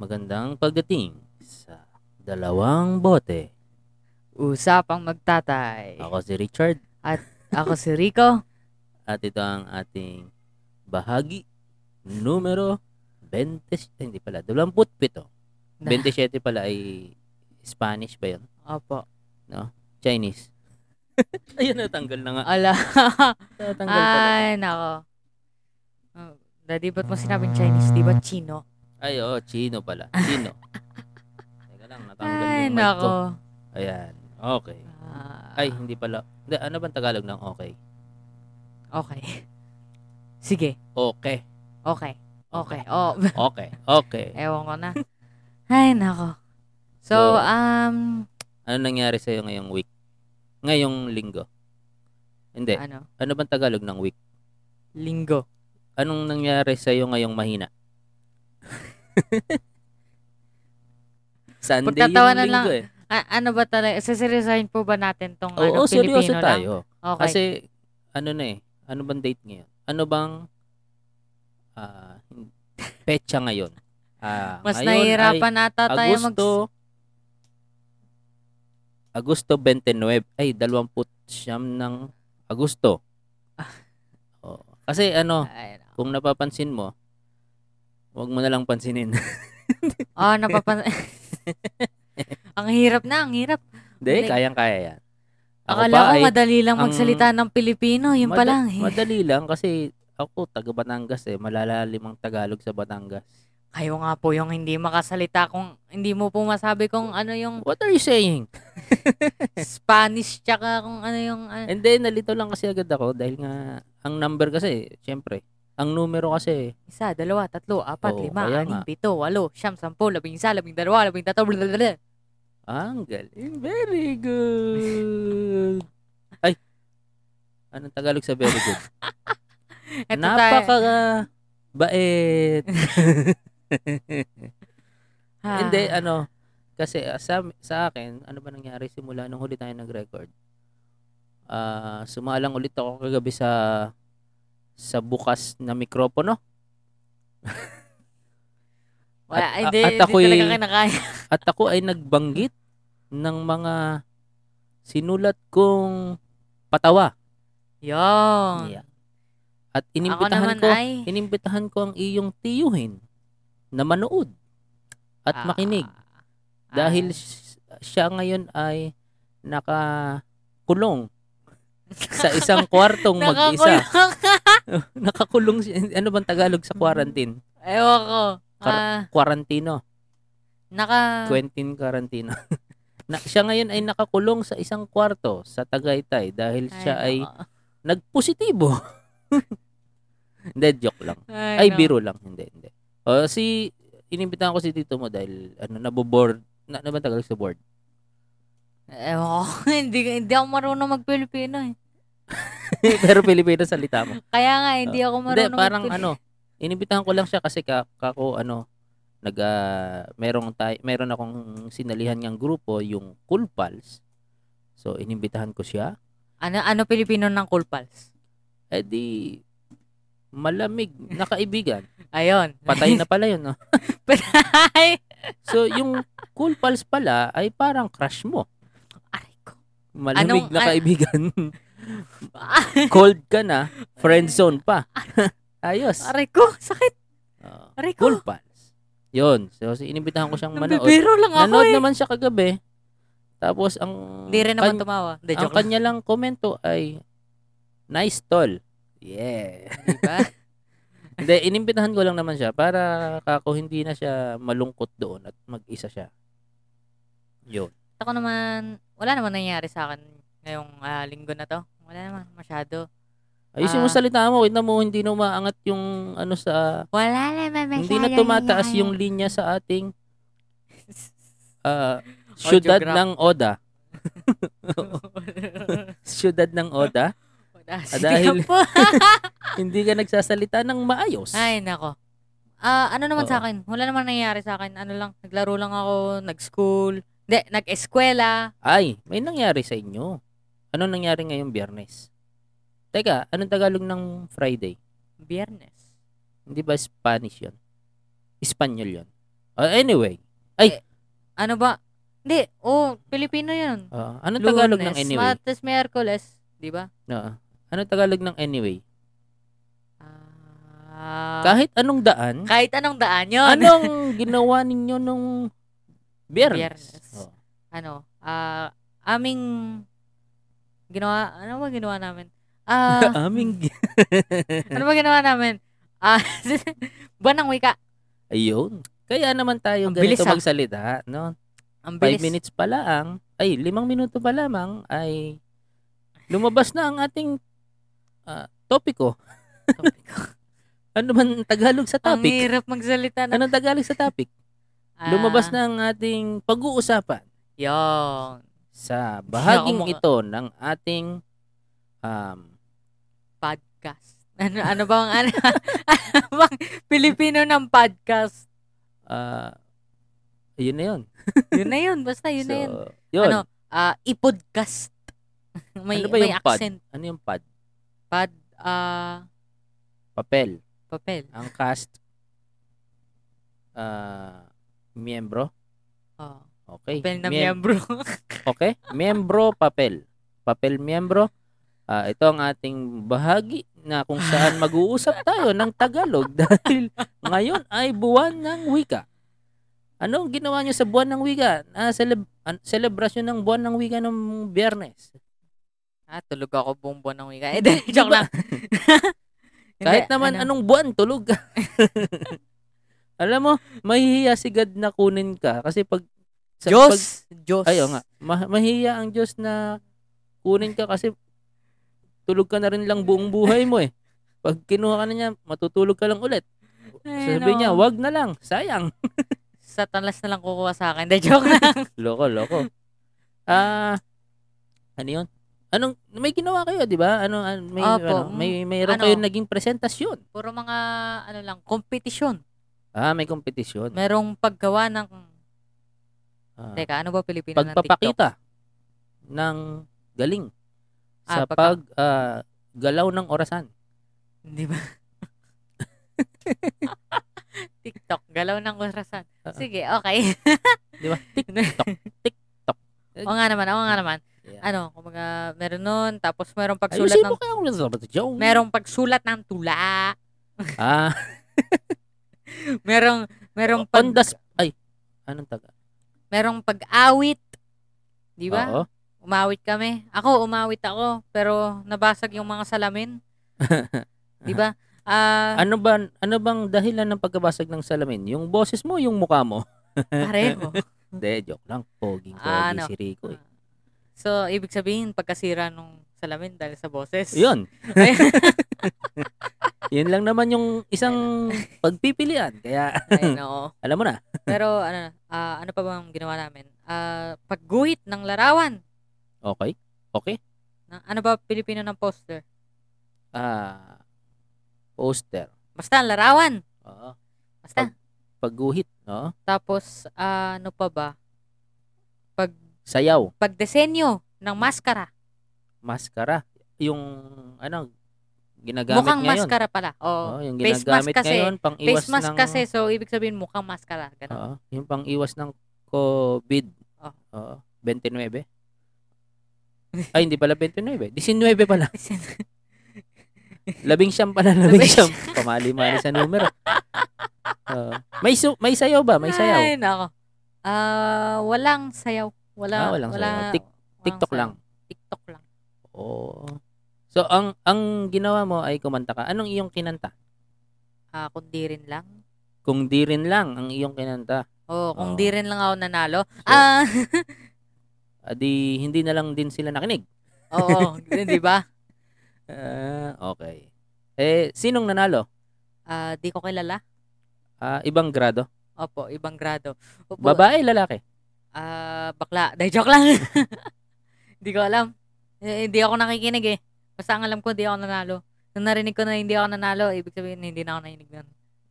Magandang pagdating sa dalawang bote. Usapang magtatay. Ako si Richard Ako si Rico. at ito ang ating bahagi numero 20, eh, hindi pala, 27. 27 Na- pala ay Spanish ba yun? Opo. Chinese. Ayun, natanggal na nga. Ala. Natanggal pala. Ay, nako. Oh, Daddy, ba't mo sinabing Chinese? Di ba Chino? Ay, oo, Chino pala. Chino. Teka lang, natanggal Ay, yung mic ko. nako. Ayan, okay. Ah, Ay, hindi pala. Hindi, ano bang Tagalog ng okay? Okay. Sige. Okay. Okay. Okay. Oh, Okay. Okay. ewan ko na. Ay, nako. So, So, um, Ano nangyari sa'yo ngayong week? Ngayong linggo? Hindi. ano? Ano bang Tagalog ng week? Linggo. Anong nangyari sa'yo ngayong mahina? Sunday yung Pagtatawanan lang. linggo eh. A- ano ba talaga? Saseryosahin po ba natin tong Oo, ano, Pilipino seryoso lang? tayo. Okay. Kasi, ano na eh. Ano bang date ngayon? Ano bang ah, petsa ngayon? Ah, Mas ngayon ay nahihirapan ata tayo mag... Agosto Agosto 29 ay 29 ng Agosto. Ah. Oo. Kasi ano, Ay, nako. kung napapansin mo, wag mo na lang pansinin. Ah, napapan... ang hirap na, ang hirap. Hindi, Like, kayang-kaya yan. Ako pa Akala ko ay madali lang ang- magsalita ng Pilipino. Yun eh. pala. mada- ang hi- madali lang kasi ako taga Batangas eh, malalalim ang Tagalog sa Batangas. Kayo nga po yung hindi makasalita kung hindi mo po masabi kung ano yung What are you saying? Spanish tsaka kung ano yung... ano- And then nalito lang kasi agad ako dahil nga ang number kasi, syempre, ang numero kasi Isa, dalawa, tatlo, apat, Oo, lima, kaya anim, pito, walo, siyam, sampu, labing isa, labing dalawa, labing tatlo, blablabla. Ang galing. Very good. Ay. Anong Tagalog sa very good? Ito tayo. Napaka bait. Ah, Hindi, ano, kasi ah, sa, sa akin, ano ba nangyari simula nung huli tayo nag-record? Ah, sumalang ulit ako kagabi sa sa bukas na mikropono Wala, at- hindi, at hindi ako'y- talaga kinakaya. at ako ay nagbanggit ng mga sinulat kong patawa. Yun. Yeah. At Oh. Ako naman inimbitahan ko ay... inimbitahan ko ang iyong tiyuhin na manood at ah, makinig ah, dahil s- siya ngayon ay nakakulong sa isang kwartong mag-isa. Nakakulong. Mm. Nakakulong siya. Ano bang Tagalog sa quarantine? Ewan ko. Kar- Ah, Quarantino. naka... Quentin Quarantino. na, siya ngayon ay nakakulong sa isang kwarto sa Tagaytay dahil siya ay nako. nagpositibo. Hindi, joke lang. Ay, nako. biro lang. Hindi, hindi. O, si, inimbitahan ko si tito mo dahil, ano, naboboard. Na, ano ba Tagalog sa board? Ewan ko. hindi, hindi ako marunong mag-Pilipino eh. Pero Pilipino salita mo. Kaya nga, hindi ako Ah, eh. Hindi, marunong parang mag-Pilipino. ano, inimbitahan ko lang siya kasi ka, kako, ano, nag, ah, merong tay, meron akong sinalihan niyang grupo, yung Cool Pals. So, inimbitahan ko siya. Ano, ano Pilipino ng Cool Pals? Eh di, malamig na kaibigan. Ayun. Patay na pala yun, no? Patay! So, yung Cool Pals pala ay parang crush mo. Aray ko. Malamig Anong- na an- kaibigan. Cold ka na, friend zone pa. Ayos. Aray ko. Sakit. Oo. Aray ko. Cool pals. Yun. So, si- inibitahan ko siyang manood. Nabibiro lang ako Nanood eh. naman siya kagabi. Tapos, ang, Hindi rin naman kan- tumawa. Hindi, ang joke lang. kanya lang komento ay, nice tol. Yeah. Diba? Hindi, inimbitahan ko lang naman siya para kako hindi na siya malungkot doon at mag-isa siya. Yun. Ako naman, wala naman nangyari sa akin ngayong ah, linggo na to. Wala naman masyado. Ayusin mo Ah. salita mo. Kita mo, hindi na umaangat yung ano sa... Wala naman masyado. hindi na tumataas yung nangyari. linya sa ating ah, syudad Audiograph. ng Oda. Syudad ng Oda. Wala. Ah, dahil- Sige po. hindi ka nagsasalita ng maayos. Ay, nako. Ah, ano naman Oo. sa akin? Wala naman nangyayari sa akin. Ano lang, naglaro lang ako, nag-school. Hindi, nag-eskwela. Ay, may nangyari sa inyo. Ano nangyari ngayong biyernes? Teka, anong Tagalog ng Friday? Biyernes. Hindi ba Spanish yon? Espanyol yon. Uh, anyway, Ay! Ano ba? Hindi. Oh, Pilipino yun. uh, anong Tagalog ng Lunes, anyway? Martes, Miyerkules. Di ba? No. Anong Tagalog ng anyway? Ah, Kahit anong daan, kahit anong daan yun. anong ginawa ninyo nung Biyernes? Oh. Biyernes. Oo. ano, ah, aming ginawa, ano ba ginawa namin? Ah, Aming gi- ano ba ginawa namin? Ah, buwan ng wika. Ayun. Kaya naman tayo Ang ganito bilis, ah. magsalita, no? Ang Five bilis. minutes pa lang, ay, limang minuto pa lamang, ay lumabas na ang ating ah, topiko. Topic. Ano man ang Tagalog sa Ang topic? hirap magsalita. Na. Anong Tagalog sa topic? Ah, Lumabas na ang ating pag-uusapan Yun. sa bahaging mukha- ito ng ating um, Podcast. Ano, ano bang, ano, ano bang Pilipino ng podcast? ah, yun na yun. Yun na yun. Basta yun na yun. So, yun. Ano, ah, ipodcast. may, Ano ba may yung pod? accent. Ano yung pad? Pod, ah, Papel. papel. Ang cast ah, miyembro. Oh, Okay. papel na Miem- miyembro. Okay. Miyembro, papel. Papel, miyembro. Ah, ito ang ating bahagi na kung saan mag-uusap tayo ng Tagalog dahil ngayon ay buwan ng wika. Anong ginawa nyo sa buwan ng wika? Ah, celeb- an- celebration ng buwan ng wika ng biyernes. Ah, tulog ako buong buwan ng wika. Eh, dahil joke lang. Hindi, Kahit naman ano, anong buwan, tulog ka. Alam mo, mahihiya si God na kunin ka. Kasi pag... sa- Diyos! pag- Diyos! Ayo nga. Ma- mahiya ang Diyos na kunin ka kasi tulog ka na rin lang buong buhay mo eh. Pag kinuha ka na niya, matutulog ka lang ulit. Ay, Sabi Eh, no. niya, wag na lang. Sayang. Sa talas na lang kukuha sa akin. Dahil joke lang. Loko, loko. Ah, ano yun? Anong, may ginawa kayo, di ba? Ano, an- may, Opo. ano, may, mayroon Ano? kayong naging presentasyon. Puro mga, ano lang, kompetisyon. Ah, may kompetisyon. Merong paggawa ng, Ah, teka, ano ba Pilipino ng TikTok? pagpapakita ng galing sa Ah, pagka- pag ah, galaw ng orasan. Di ba? TikTok. Galaw ng orasan. Ah, ah. Sige, okay. Di ba? Hmm. o nga naman, o nga naman. Yeah. Ano, kumaga, meron nun. Tapos merong pagsulat Ayusin ng, mo kaya ang Elizabeth Jones. merong pagsulat ng tula. Ah, Merong, on merong pag, the sp- Ay, anong taga? merong pag-awit. Di ba? Oo. Umawit kami. Ako, umawit ako. Pero nabasag yung mga salamin. Di ba? Ah, Ano ba ano bang dahilan ng pagkabasag ng salamin? Yung boses mo, yung mukha mo. pareho. De, joke lang. Poging pogi Ah, ano? si Rico. Eh. So, ibig sabihin, pagkasira nung salamin dahil sa boses. Yun. Yun lang naman yung isang pagpipilian. Kaya, Ayun, oo. alam mo na. Pero ano, ah, ano pa bang ginawa namin? Ah, pagguhit ng larawan. Okay. Okay. Na- Ano ba Pilipino ng poster? Ah, poster. Basta larawan. Oo. Basta. Pagguhit. Oo. Tapos ah, ano pa ba? Pag Sayaw. pagdesenyo ng maskara. Maskara. Yung, ano, ginagamit Mukhang ngayon. maskara pala. Oo. Oo, yung Face mask ginagamit kasi. ngayon pang Oh. iwas Face mask ng Oh. kasi so ibig sabihin mukhang maskara. Ganun. Oo, yung pang iwas ng COVID. Oh. Oo, 29. Ay, hindi pala 29. 19 pala. Labing siyam pala, labing Labing siyam. Pamali-mali sa numero. Oo. may su- may sayaw ba? May sayaw. Ay, nako. Ah, walang sayaw. Wala, Ah, walang wala, sayaw. Tik- walang TikTok sayaw. lang. TikTok lang. Oo. So ang ang ginawa mo ay kumanta ka. Anong iyong kinanta? Ah, kundi rin lang. Kung di rin lang ang iyong kinanta. Oh, kung Oo. di rin lang ako nanalo. So, Ah, adi hindi na lang din sila nakinig. oo, di ba? Ah, okay. Eh sinong nanalo? Ah, di ko kilala. Ah, ibang grado? Opo, ibang grado. Opo, Babae, lalaki? Ah, bakla. Dahil joke lang. Di ko alam. Eh, Hindi ako nakikinig eh. Basta ang alam ko, di ako nanalo. Nung narinig ko na hindi ako nanalo, ibig sabihin hindi na ako nainig nun.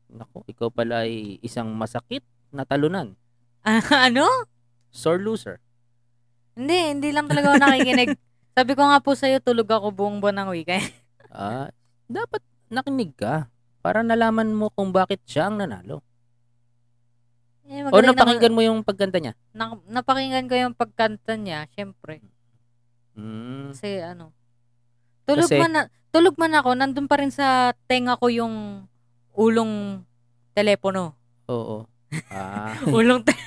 Nako, ikaw pala ay isang masakit na talunan. Ah, ano? Sore loser. Hindi, hindi lang talaga ako nakikinig. Sabi ko nga po sa'yo, tulog ako buong buwan ng weekend. Ah, dapat nakinig ka para nalaman mo kung bakit siya ang nanalo. Eh, O magaling Oh, napakinggan mo yung pagkanta niya. naman- nak- napakinggan ko yung pagkanta niya, syempre. Mm. Kasi ano, tulog Kasi- man, na- tulog man ako, nandun pa rin sa tenga ko yung ulong telepono. Oo. Ah, Ulong te-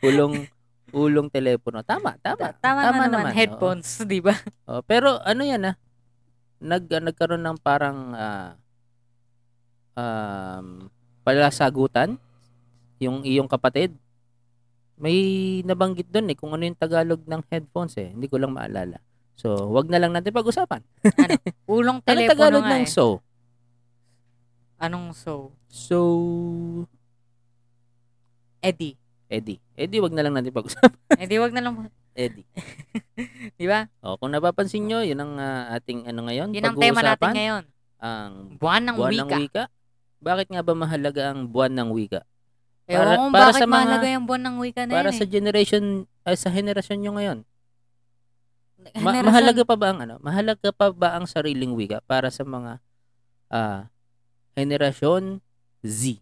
ulong ulong telepono. Tama, tama. tama, naman, headphones, di ba? Oo. Oo, pero ano yan ah? Nag ah, nagkaroon ng parang ah um, palasagutan yung iyong kapatid. May nabanggit doon eh kung ano yung Tagalog ng headphones eh. Hindi ko lang maalala. So, wag na lang natin pag-usapan. Ulong Ano telepono Tagalog nga ng eh. so? Anong so? So, Eddie. Eddie. Eddie, wag na lang natin pag-usapan. Eh di wag na lang, Eddie. di ba? O, kung napapansin nyo, yun ang ah, ating ano ngayon, Yun ang tema natin pag-uusapan. ngayon. Ang Buwan ng buwan wika. ng wika. Bakit nga ba mahalaga ang buwan ng wika? Ewan Para- ko kung para bakit sa mga- mahalaga yung buwan ng wika na Para yun sa eh. generation, ay, sa henerasyon nyo ngayon. Ma- Generation- mahalaga pa ba ang ano? Mahalaga pa ba ang sariling wika para sa mga ah henerasyon Z?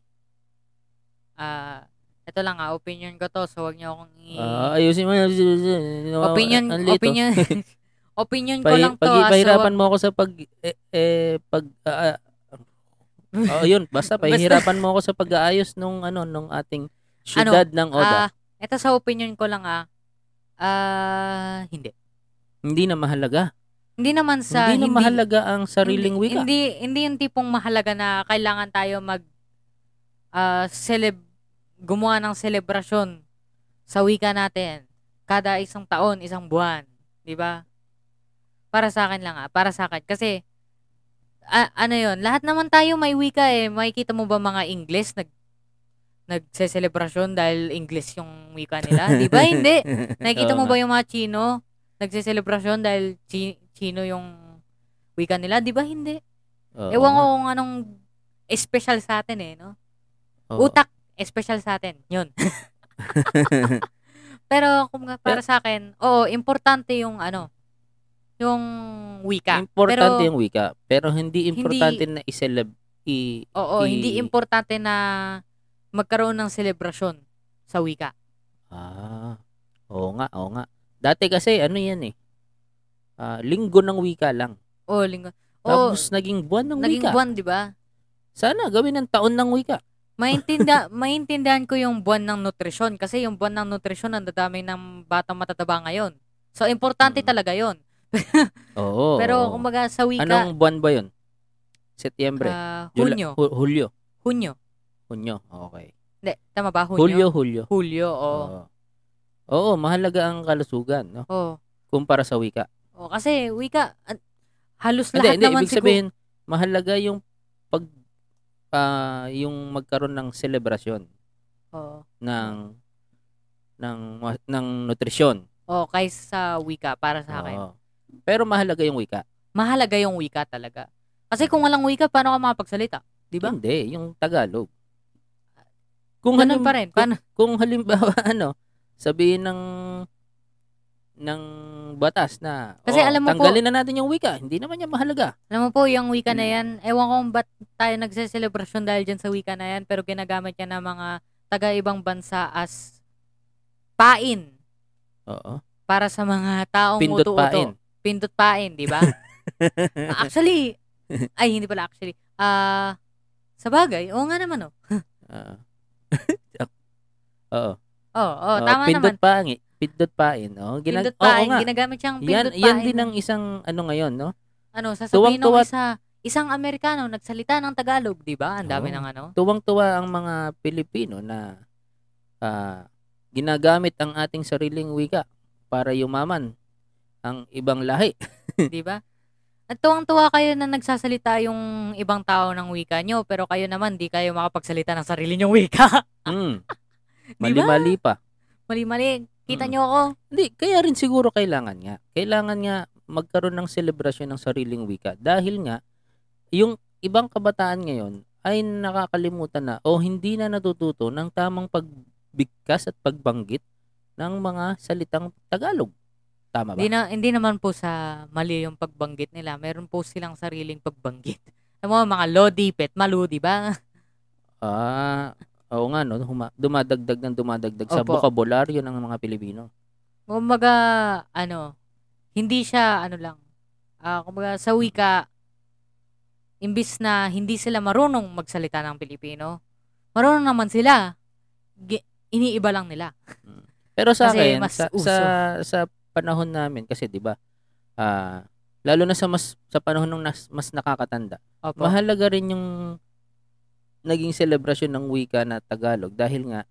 Ah, ito lang ah, opinion ko to, so wag niyo akong i- Ah, ayusin mo. Eh. opinion, Ang lito. opinion, opinion ko Pahi- lang to. pag, ah, so pahirapan mo ako sa pag eh, eh, pag ah, ah, oh, yun, basta Basta. pahirapan mo ako sa pag-aayos nung ano nung ating syudad ng Oda. Ah, ito sa opinion ko lang ah. Ah, hindi. hindi na mahalaga. Hindi naman sa hindi na mahalaga ang sariling hindi, wika. Hindi hindi yung tipong mahalaga na kailangan tayo mag ah celeb gumawa ng selebrasyon sa wika natin kada isang taon, isang buwan, 'di ba? Para sa akin lang ah, para sa akin kasi a- ano 'yon, lahat naman tayo may wika eh. Makikita mo ba mga English nag nagse-selebrasyon dahil English yung wika nila, 'di ba? Hindi. Nakikita Oo mo nga. ba yung mga Chino? Nagsiselebrasyon dahil chi- Chino yung wika nila. Di ba hindi? Oo Ewan ko nga. kung anong special sa atin eh, no? Oo. Utak, special sa atin. Yun. Pero kung nga- para sa akin, oo, importante yung ano, yung wika. Importante Pero- yung wika, pero hindi importante na iseleb i Oo, i- hindi importante na magkaroon ng selebrasyon sa wika. Ah. Oo nga, oo nga. Dati kasi ano yan eh. ah, linggo ng wika lang. Oo, linggo. Oo, Tapos naging buwan ng naging wika. buwan, di ba? Sana gawin ng taon ng wika. Maintinda, maintindihan ko yung buwan ng nutrisyon kasi yung buwan ng nutrisyon ang dadami ng batang matataba ngayon. So importante Mm. talaga 'yon. Oo. oo. Pero kumbaga sa wika, Anong buwan ba 'yon? Setyembre, ah, Jula- Hunyo, Hu- Hulyo, Hunyo. Hunyo. Okay. Hindi, tama ba Hunyo? Hulyo, Hulyo. Hulyo, oo. Oo. Oo, mahalaga ang kalusugan, no? Oo. Kumpara sa wika. Oo, kasi wika an- halos Hindi, lahat hindi naman ibig sabihin mahalaga yung pag ah, yung magkaroon ng selebrasyon Oo. ng ng wa- ng nutrisyon. Oo, kaysa wika para sa akin. Oo. Pero mahalaga yung wika. Mahalaga yung wika talaga. Mm. Kasi kung walang wika, paano ka makapagsalita? Di ba? Hindi, yung Tagalog. Kung Ganun halim- pa rin. Kung, Paano? kung halimbawa ano, sabihin ng ng batas na Kasi "Oh, alam mo po- tanggalin na natin yung wika, hindi naman niya mahalaga. Alam mo po, yung wika Mm. na yan, ewan ko kung ba't tayo nagseselebrasyon dahil dyan sa wika na yan, pero ginagamit niya ng mga taga-ibang bansa as pain Oo. para sa mga taong Pindot uto-uto. Pindot pain, di ba? actually, ay hindi pala actually. Ah, sa bagay, oo nga naman oh. Oo. Oo. Oo, oo, Oo, Oh, tama Ah, pindot naman. pain, pindot pain, oh. Gina- pindot oo pain, nga. ginagamit siyang yan, pindot yan pain. din ang isang ano ngayon, no? ano, sasabihin ng tuwang-tuwa- isa, isang Amerikano nagsalita ng Tagalog, di ba? Ang dami Oo. ng ano. Tuwang-tuwa ang mga Pilipino na ah, ginagamit ang ating sariling wika para yumaman ang ibang lahi. di ba? At tuwang-tuwa kayo na nagsasalita yung ibang tao ng wika nyo, pero kayo naman, di kayo makapagsalita ng sarili nyong wika. Mm. ba? Mali-mali pa. Mali-mali, kita Mm. nyo ako. Hindi, kaya rin siguro kailangan nga. Kailangan nga magkaroon ng selebrasyon ng sariling wika dahil nga yung ibang kabataan ngayon ay nakakalimutan na o hindi na natututo ng tamang pagbigkas at pagbanggit ng mga salitang Tagalog. Tama ba? Hindi, na, hindi naman po sa mali yung pagbanggit nila. Meron po silang sariling pagbanggit. Alam mo, mga lodi, pet, malu, di ba? Ah, oo nga no, huma- dumadagdag ng dumadagdag sa Opo. bokabularyo ng mga Pilipino. Kumbaga, ano, hindi siya, ano lang, ah kumbaga, sa wika, imbis na hindi sila marunong magsalita ng Pilipino, marunong naman sila. Gi- iniiba lang nila. Pero sa Kasi akin, mas sa, uso. sa sa panahon namin kasi 'di ba? Ah, lalo na sa mas sa panahon ng nas, mas nakakatanda. Opo. Mahalaga rin yung naging selebrasyon ng wika na Tagalog dahil nga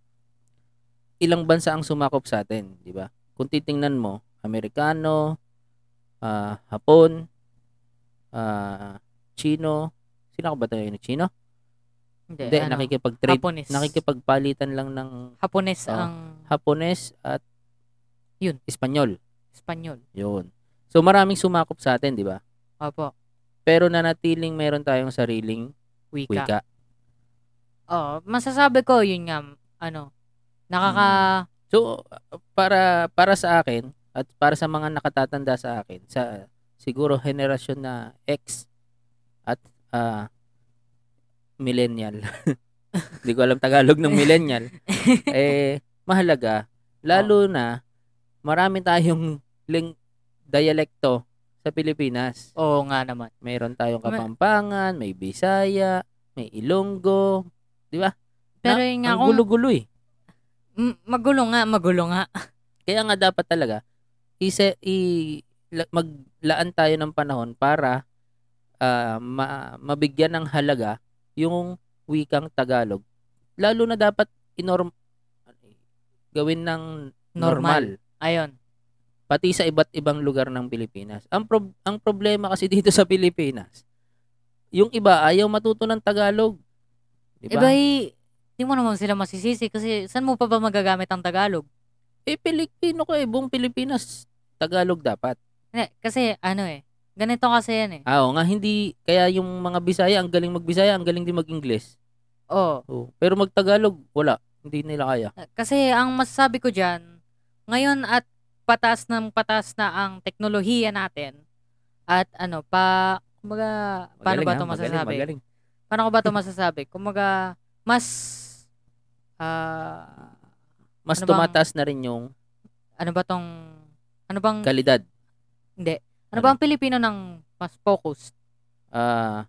ilang bansa ang sumakop sa atin, 'di ba? Kung titingnan mo, Amerikano, ah, Hapon, ah, Chino, sino ka ba tayo yung Chino? hindi, Hindi, ano, nakikipag-trade, Hapones. nakikipagpalitan lang ng Hapones Oo. ang Hapones at Yun. Espanyol. Espanyol. Yun. So maraming sumakop sa atin, 'di ba? Opo. Pero nanatiling meron tayong sariling Wika. wika. Oo, masasabi ko, yun nga, ano, nakaka, So para para sa akin at para sa mga nakatatanda sa akin, sa siguro henerasyon na X at ah, millennial. Hindi ko alam Tagalog ng millennial. eh mahalaga lalo na marami tayong ling dialekto sa Pilipinas. oo nga naman. Meron tayong Ma- Kapampangan, may Bisaya, may Ilonggo. Pero yun nga, Ang kung, gulo-gulo eh. Mm, magulo nga, magulo nga. Kaya nga dapat talaga ise i la- maglaan tayo ng panahon para ah, ma- mabigyan ng halaga yung wikang Tagalog. Lalo na dapat inorm gawin ng normal. Normal. Ayun. pati sa iba't ibang lugar ng Pilipinas. Ang prob- ang problema kasi dito sa Pilipinas, yung iba ayaw matuto ng Tagalog. Di Iba ba? eh, di mo naman sila masisisi kasi saan mo pa ba magagamit ang Tagalog? Eh, Pilipino ko eh. Buong Pilipinas, Tagalog dapat. Hindi, kasi ano eh, ganito kasi yan eh. Ah, oo nga, hindi. Kaya yung mga Bisaya, ang galing magbisaya, ang galing din mag-Ingles. Oo. Oo. Pero mag-Tagalog, wala. Hindi nila kaya. Kasi ang masasabi ko dyan, ngayon at patas ng patas na ang teknolohiya natin at ano pa, kumbaga, paano Magaling, ba ha? ito Magaling, masasabi? Magaling. Paano ko ba ito masasabi? Kumaga, mas, ah, Mas Ano bang- tumataas na rin yung ano ba tong, ano bang, kalidad. ano ba ang Pilipino ng mas focused? Ah,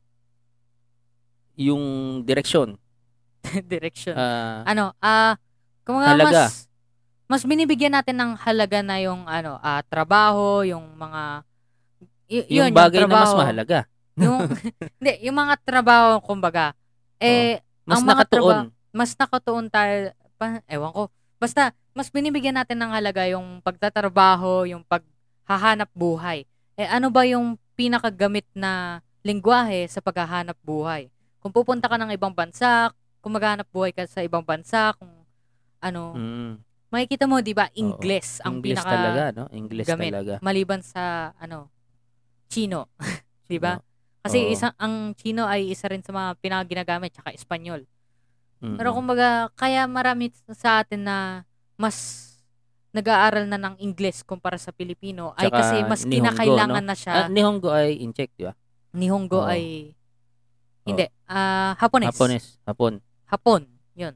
yung direction. Direction. Ah, ano, ah, kumaga Halaga. mas, mas binibigyan natin ng halaga na yung, ano, ah, trabaho, yung mga, y- yun, yung bagay na mas trabaho. mahalaga. yung, hindi, yung mga trabaho, kumbaga, eh, Mas Ang mga nakatuon. mas nakatuon tayo, pa, ewan ko, basta, mas binibigyan natin ng halaga yung pagtatrabaho, yung paghahanap buhay. Eh, ano ba yung pinakagamit na lingwahe sa paghahanap buhay? Kung pupunta ka ng ibang bansa, kung maghanap buhay ka sa ibang bansa, kung ano, Mm. makikita mo, di ba, Ingles ang English pinaka, talaga, no? English gamit. talaga. maliban sa, ano, Chino, di ba? Oo. Kasi Oo. isa, ang Chino ay isa rin sa mga pinaginagamit, tsaka Espanyol. Mm. Pero kumbaga, kaya marami sa atin na mas nag-aaral na ng Ingles kumpara sa Pilipino ay Tsaka kasi mas Nihongo, kinakailangan na siya. Ah, Nihongo ay in Czech, di ba? Nihongo Oo. ay hindi, ah Hapones. Hapones. Hapon. Hapon, 'yun.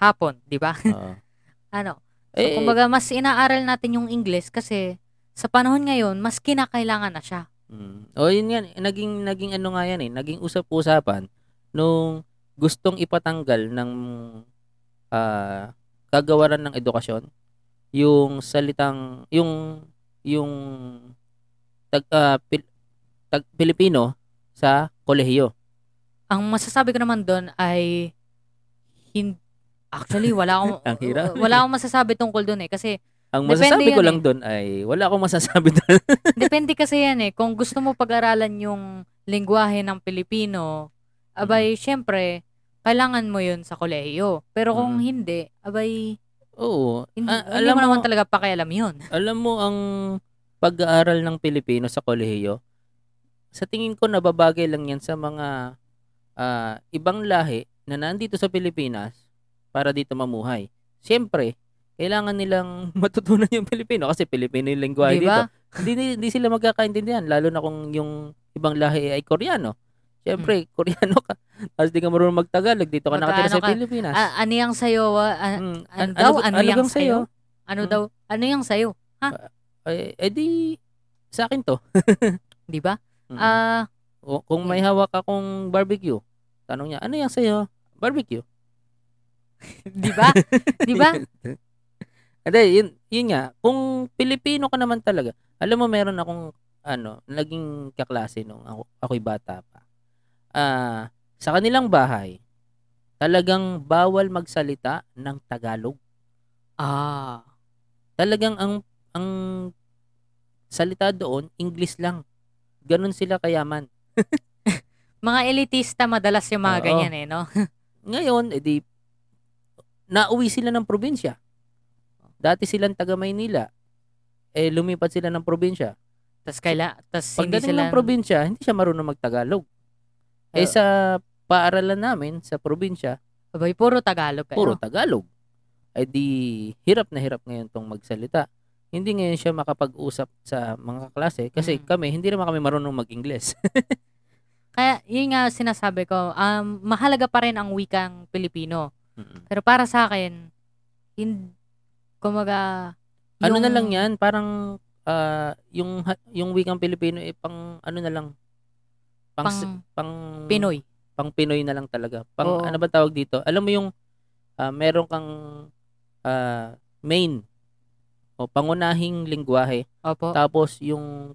Hapon, 'di ba? Oo. ano? So, eh, kumbaga mas inaaral natin yung Ingles kasi sa panahon ngayon mas kinakailangan na siya. Mm. O yun yan, naging naging ano nga yan eh, naging usap-usapan nung gustong ipatanggal ng ah, kagawaran ng edukasyon yung salitang yung yung tag, ah, Pil- tag- Pilipino sa kolehiyo. Ang masasabi ko naman doon ay hin- actually wala akong Ang hirap. wala akong masasabi tungkol doon eh kasi Ang Depende masasabi ko yan lang eh. doon ay wala akong masasabi doon. Depende kasi yan eh. Kung gusto mo pag-aralan yung lingwahe ng Pilipino, abay, Mm. syempre, kailangan mo yun sa kolehiyo. Pero Mm. kung hindi, abay, Oo. hindi, Ah, hindi mo naman talaga pakialam yun. Alam mo ang pag-aaral ng Pilipino sa kolehiyo, sa tingin ko nababagay lang 'yan sa mga ah, ibang lahi na nandito sa Pilipinas para dito mamuhay. Siyempre, kailangan nilang matutunan yung Pilipino kasi Pilipino yung lingwahe Di dito. ba? Hindi, hindi sila magkakaintindihan lalo na kung yung ibang lahi ay Koreano. Siyempre, Koreano ka. Tapos di ka marunong magtagalog dito ka nakatira Hmm. Magkaano sa ka? Pilipinas. Ah, ano yung sayo? ah, ah, Mm. ano An- daw? ano- Ano, ano yung gang sa'yo? sayo? Ano Mm. daw? Ano yung sayo? Eh, eh di, sa akin to. Di ba? Mm. Ah, O, kung may hawak akong barbecue, tanong niya, ano yan sa'yo? Barbecue. Diba? di ba? Di ba? Hindi, yun, yun nga. Kung Pilipino ka naman talaga, alam mo, meron akong, ano, naging kaklase nung ako, ako'y bata pa. Ah, sa kanilang bahay, talagang bawal magsalita ng Tagalog. Ah. Talagang ang, ang salita doon, English lang. Ganon sila kayaman. Mga elitista madalas yung mga Oo. ganyan eh, no? Ngayon, edi, nauwi sila ng probinsya. Dati silang taga Maynila. Eh, lumipat sila ng probinsya. Tapos kaila, tapos hindi Pagdating sila... Oh. ng probinsya, hindi siya marunong magtagalog. Eh, Oo. sa paaralan namin, sa probinsya, Abay, puro Tagalog kayo. puro Tagalog. Eh di, hirap na hirap ngayon tong magsalita. Hindi ngayon siya makapag-usap sa mga klase kasi Mm. kami, hindi naman kami marunong mag-Ingles. Kaya, yun nga sinasabi ko, um, mahalaga pa rin ang wikang Pilipino. Mm-mm. Pero para sa akin, hin, kumaga... ano yung- na lang yan, parang ah, yung ha- yung wikang Pilipino, eh, pang ano na lang, pang, Pang s- pang Pinoy. pang Pinoy na lang talaga. Pang Oo. ano ba tawag dito? Alam mo yung ah, meron kang ah, main o pangunahing lingwahe Opo. tapos yung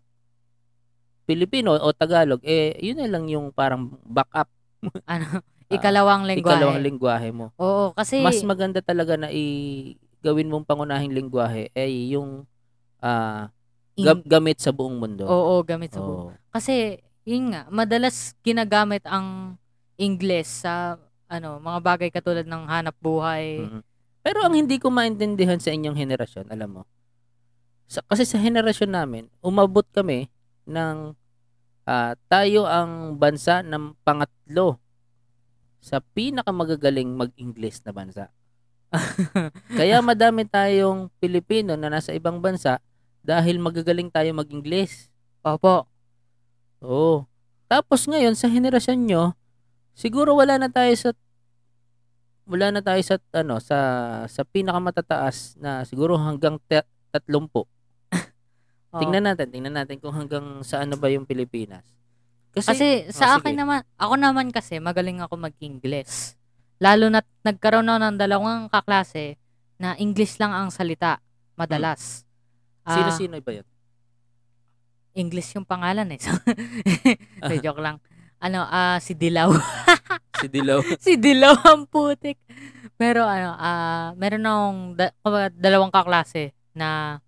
Pilipino o Tagalog eh yun na lang yung parang backup ano, ikalawang lingwahe. Ah. ikalawang lingwahe mo. Oo, kasi... Mas maganda talaga na i gawin mong pangunahing lingwahe ay yung ah, in- gam- gamit sa buong mundo. Oo, gamit sa Oo. buong- Kasi, yun nga, madalas ginagamit ang Ingles sa ano, mga bagay katulad ng hanap buhay. Mm. Pero ang hindi ko maintindihan sa inyong henerasyon, alam mo, sa, kasi sa henerasyon namin, umabot kami ng ah, tayo ang bansa ng pangatlo sa pinakamagagaling mag-English na bansa. Kaya madami tayong Pilipino na nasa ibang bansa dahil magagaling tayo mag-English. Opo. Oo. Tapos ngayon sa henerasyon nyo, siguro wala na tayo sa wala na tayo sa ano sa sa pinakamatataas na siguro hanggang te, 30. Oo. Tingnan natin, tingnan natin kung hanggang saan na ba yung Pilipinas. Kasi, oh, Kasi sa sige. akin naman, ako naman kasi magaling ako mag-Ingles. Lalo na nagkaroon ako ng dalawang kaklase na English lang ang salita madalas. Ah, sino-sino ba 'yun? English yung pangalan eh. So, so, joke lang. Ano, ah, si Dilaw. Si Dilaw. si Dilaw ang putik. Pero ano, ah, meron akong da- kumbaga, dalawang kaklase na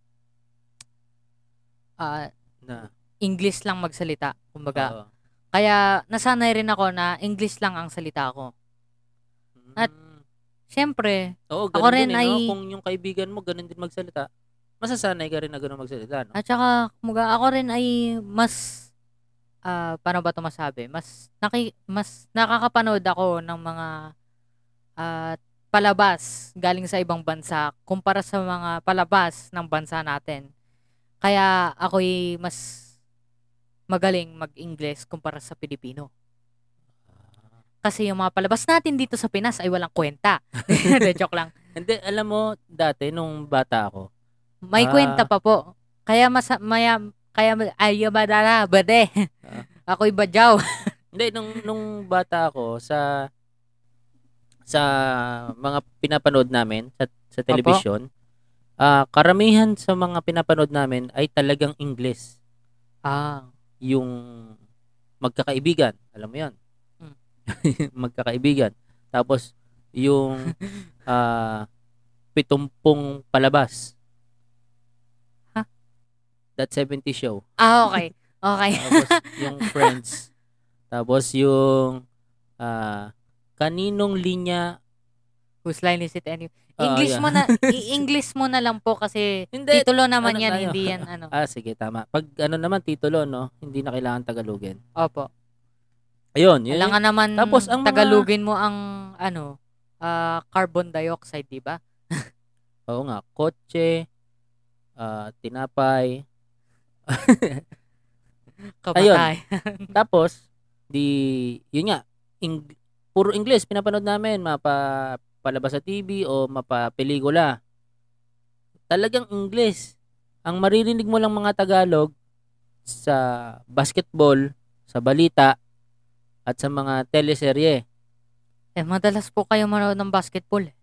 ah, na. English lang magsalita. oo. Kumbaga. Kaya nasanay rin ako na English lang ang salita ko. Mm. At- Siyempre, oo, ganun ako rin din, eh, ay- no? kung yung kaibigan mo ganun din magsalita, masasanay ka rin na ganun magsalita, no? at saka kumbaga ako rin ay mas ah paano ba 'to masabi? Mas naki mas nakakapanood ako ng mga ah, palabas galing sa ibang bansa kumpara sa mga palabas ng bansa natin. Kaya ako'y mas magaling mag-English kumpara sa Pilipino. Kasi yung mga palabas natin dito sa Pinas ay walang kwenta. De, joke lang. Hindi, alam mo, dati nung bata ako, May Ah. kwenta pa po. Kaya mas maya kaya ayo badara bade. Ah. Ako'y badyaw. Hindi, nung, nung bata ako, sa sa mga pinapanood namin sa, sa television, ah, karamihan sa mga pinapanood namin ay talagang English. Ah. Yung magkakaibigan. Alam mo yon Mm. magkakaibigan. Tapos, yung ah, pitumpong palabas. Ha? That 70 show. Ah, okay. Okay. Tapos yung friends. Tapos yung ah, kaninong linya. Whose line is it anyway? Ah, Oh, English yeah. mo na i-English mo na lang po kasi Hindi. titulo naman ano yan, tayo? hindi yan ano. Ah, sige, tama. Pag ano naman, titulo, no? Hindi na kailangan Tagalogin. Opo. Ayun, yun. Kailangan naman Tapos ang mga- tagalugin mo ang ano ah, carbon dioxide, di ba? Oo nga, kotse, ah, tinapay. Kapatay. Tapos, di, yun nga, Eng- puro English, pinapanood namin, mapa, palabas sa TV o mapapelikula. Talagang English. Ang maririnig mo lang mga Tagalog sa basketball, sa balita, at sa mga teleserye. Eh, madalas po kayo manood ng basketball eh.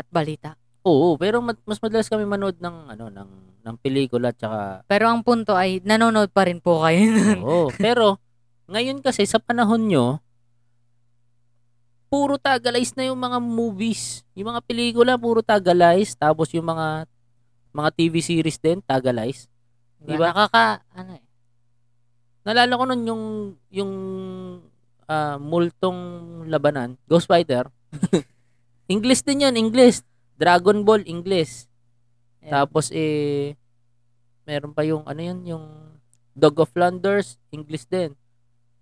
at balita. Oo, pero mad- mas madalas kami manood ng ano ng ng pelikula at saka Pero ang punto ay nanonood pa rin po kayo nun. oo. pero ngayon kasi sa panahon nyo puro tagalize na yung mga movies, yung mga pelikula puro tagalize tapos yung mga mga TV series din tagalize. Di ba? Nakaka, ano eh. Nalala ko nun yung yung ah, multong labanan, Ghost Fighter. English din yun, English. Dragon Ball, English. Ayan. Tapos eh meron pa yung ano yun, yung Dog of Flanders, English din.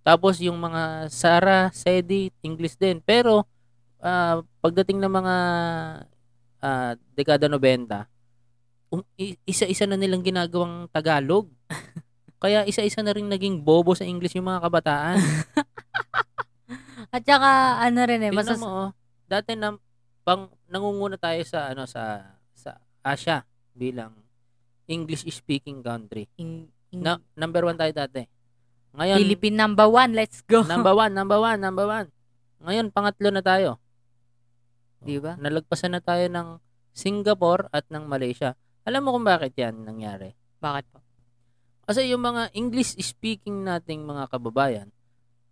Tapos yung mga Sara, Sedi, English din. Pero ah, pagdating ng mga ah, dekada 90, um, i- isa-isa na nilang ginagawang Tagalog. Kaya isa-isa na rin naging bobo sa English yung mga kabataan. At saka, ano rin eh, Tingnan masas- mo, oh, dati na pang nangunguna tayo sa ano sa sa Asia bilang English speaking country. in, in- Na, number one tayo dati. Ngayon, Philippine number one, let's go. number one, number one, number one. Ngayon, pangatlo na tayo. Di ba? Nalagpasan na tayo ng Singapore at ng Malaysia. Alam mo kung bakit yan nangyari? Bakit po? Kasi yung mga English speaking nating mga kababayan,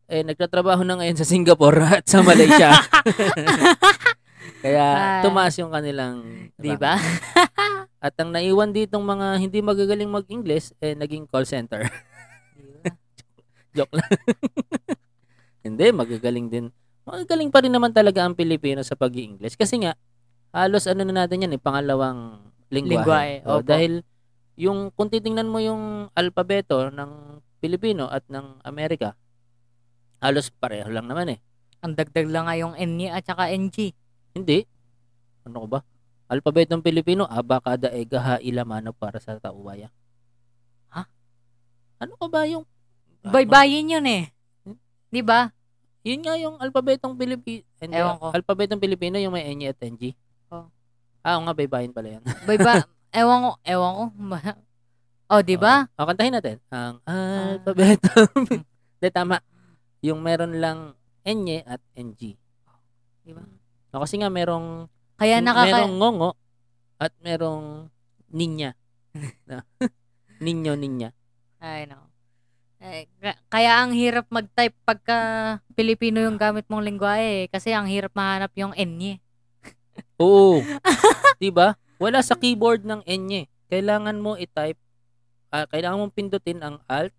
eh, nagtatrabaho na ngayon sa Singapore at sa Malaysia. Kaya Ah. tumaas yung kanilang Di ba? rank. At ang naiwan ditong mga hindi magagaling mag-English eh naging call center. Di ba? Joke lang. hindi magagaling din. Magagaling pa rin naman talaga ang Pilipino sa pag-i-English kasi nga halos ano na natin yan eh pangalawang lingwahe. Lingwahe, O, opo. dahil yung kung titingnan mo yung alpabeto ng Pilipino at ng Amerika halos pareho lang naman eh. Ang dagdag lang nga yung N niya at saka NG. Hindi. Ano ko ba? Alphabet ng Pilipino, abakada, ega, ha, ilamano para sa tauwaya. Ha? Ano ko ba yung... Ah, Baybayin yun eh. Diba? Di ba? ma- Yun nga yung alphabet ng Pilipino. Ewan ko. Oh. Alphabet ng Pilipino, yung may N E, at NG. Oo. Ah, oo nga, baybayin pala yan. Bayba, ewan ko, ewan ko. Ma- Oh, di ba? Oo. Ah. O, kantahin natin. Ang alphabet ng Pil- Hindi, tama. Yung meron lang N E, at NG. Di ba? O, kasi nga merong Kaya nakaka... merong ngongo at merong ninya. Na- Ninyo, ninya. Ay, no. Eh, ka- kaya ang hirap mag-type pagka Pilipino yung gamit mong lingwahe eh. Kasi ang hirap mahanap yung N eh. niya. Oo. 'Di ba? Wala sa keyboard ng Enye. Kailangan mo i-type ah, kailangan mong pindutin ang alt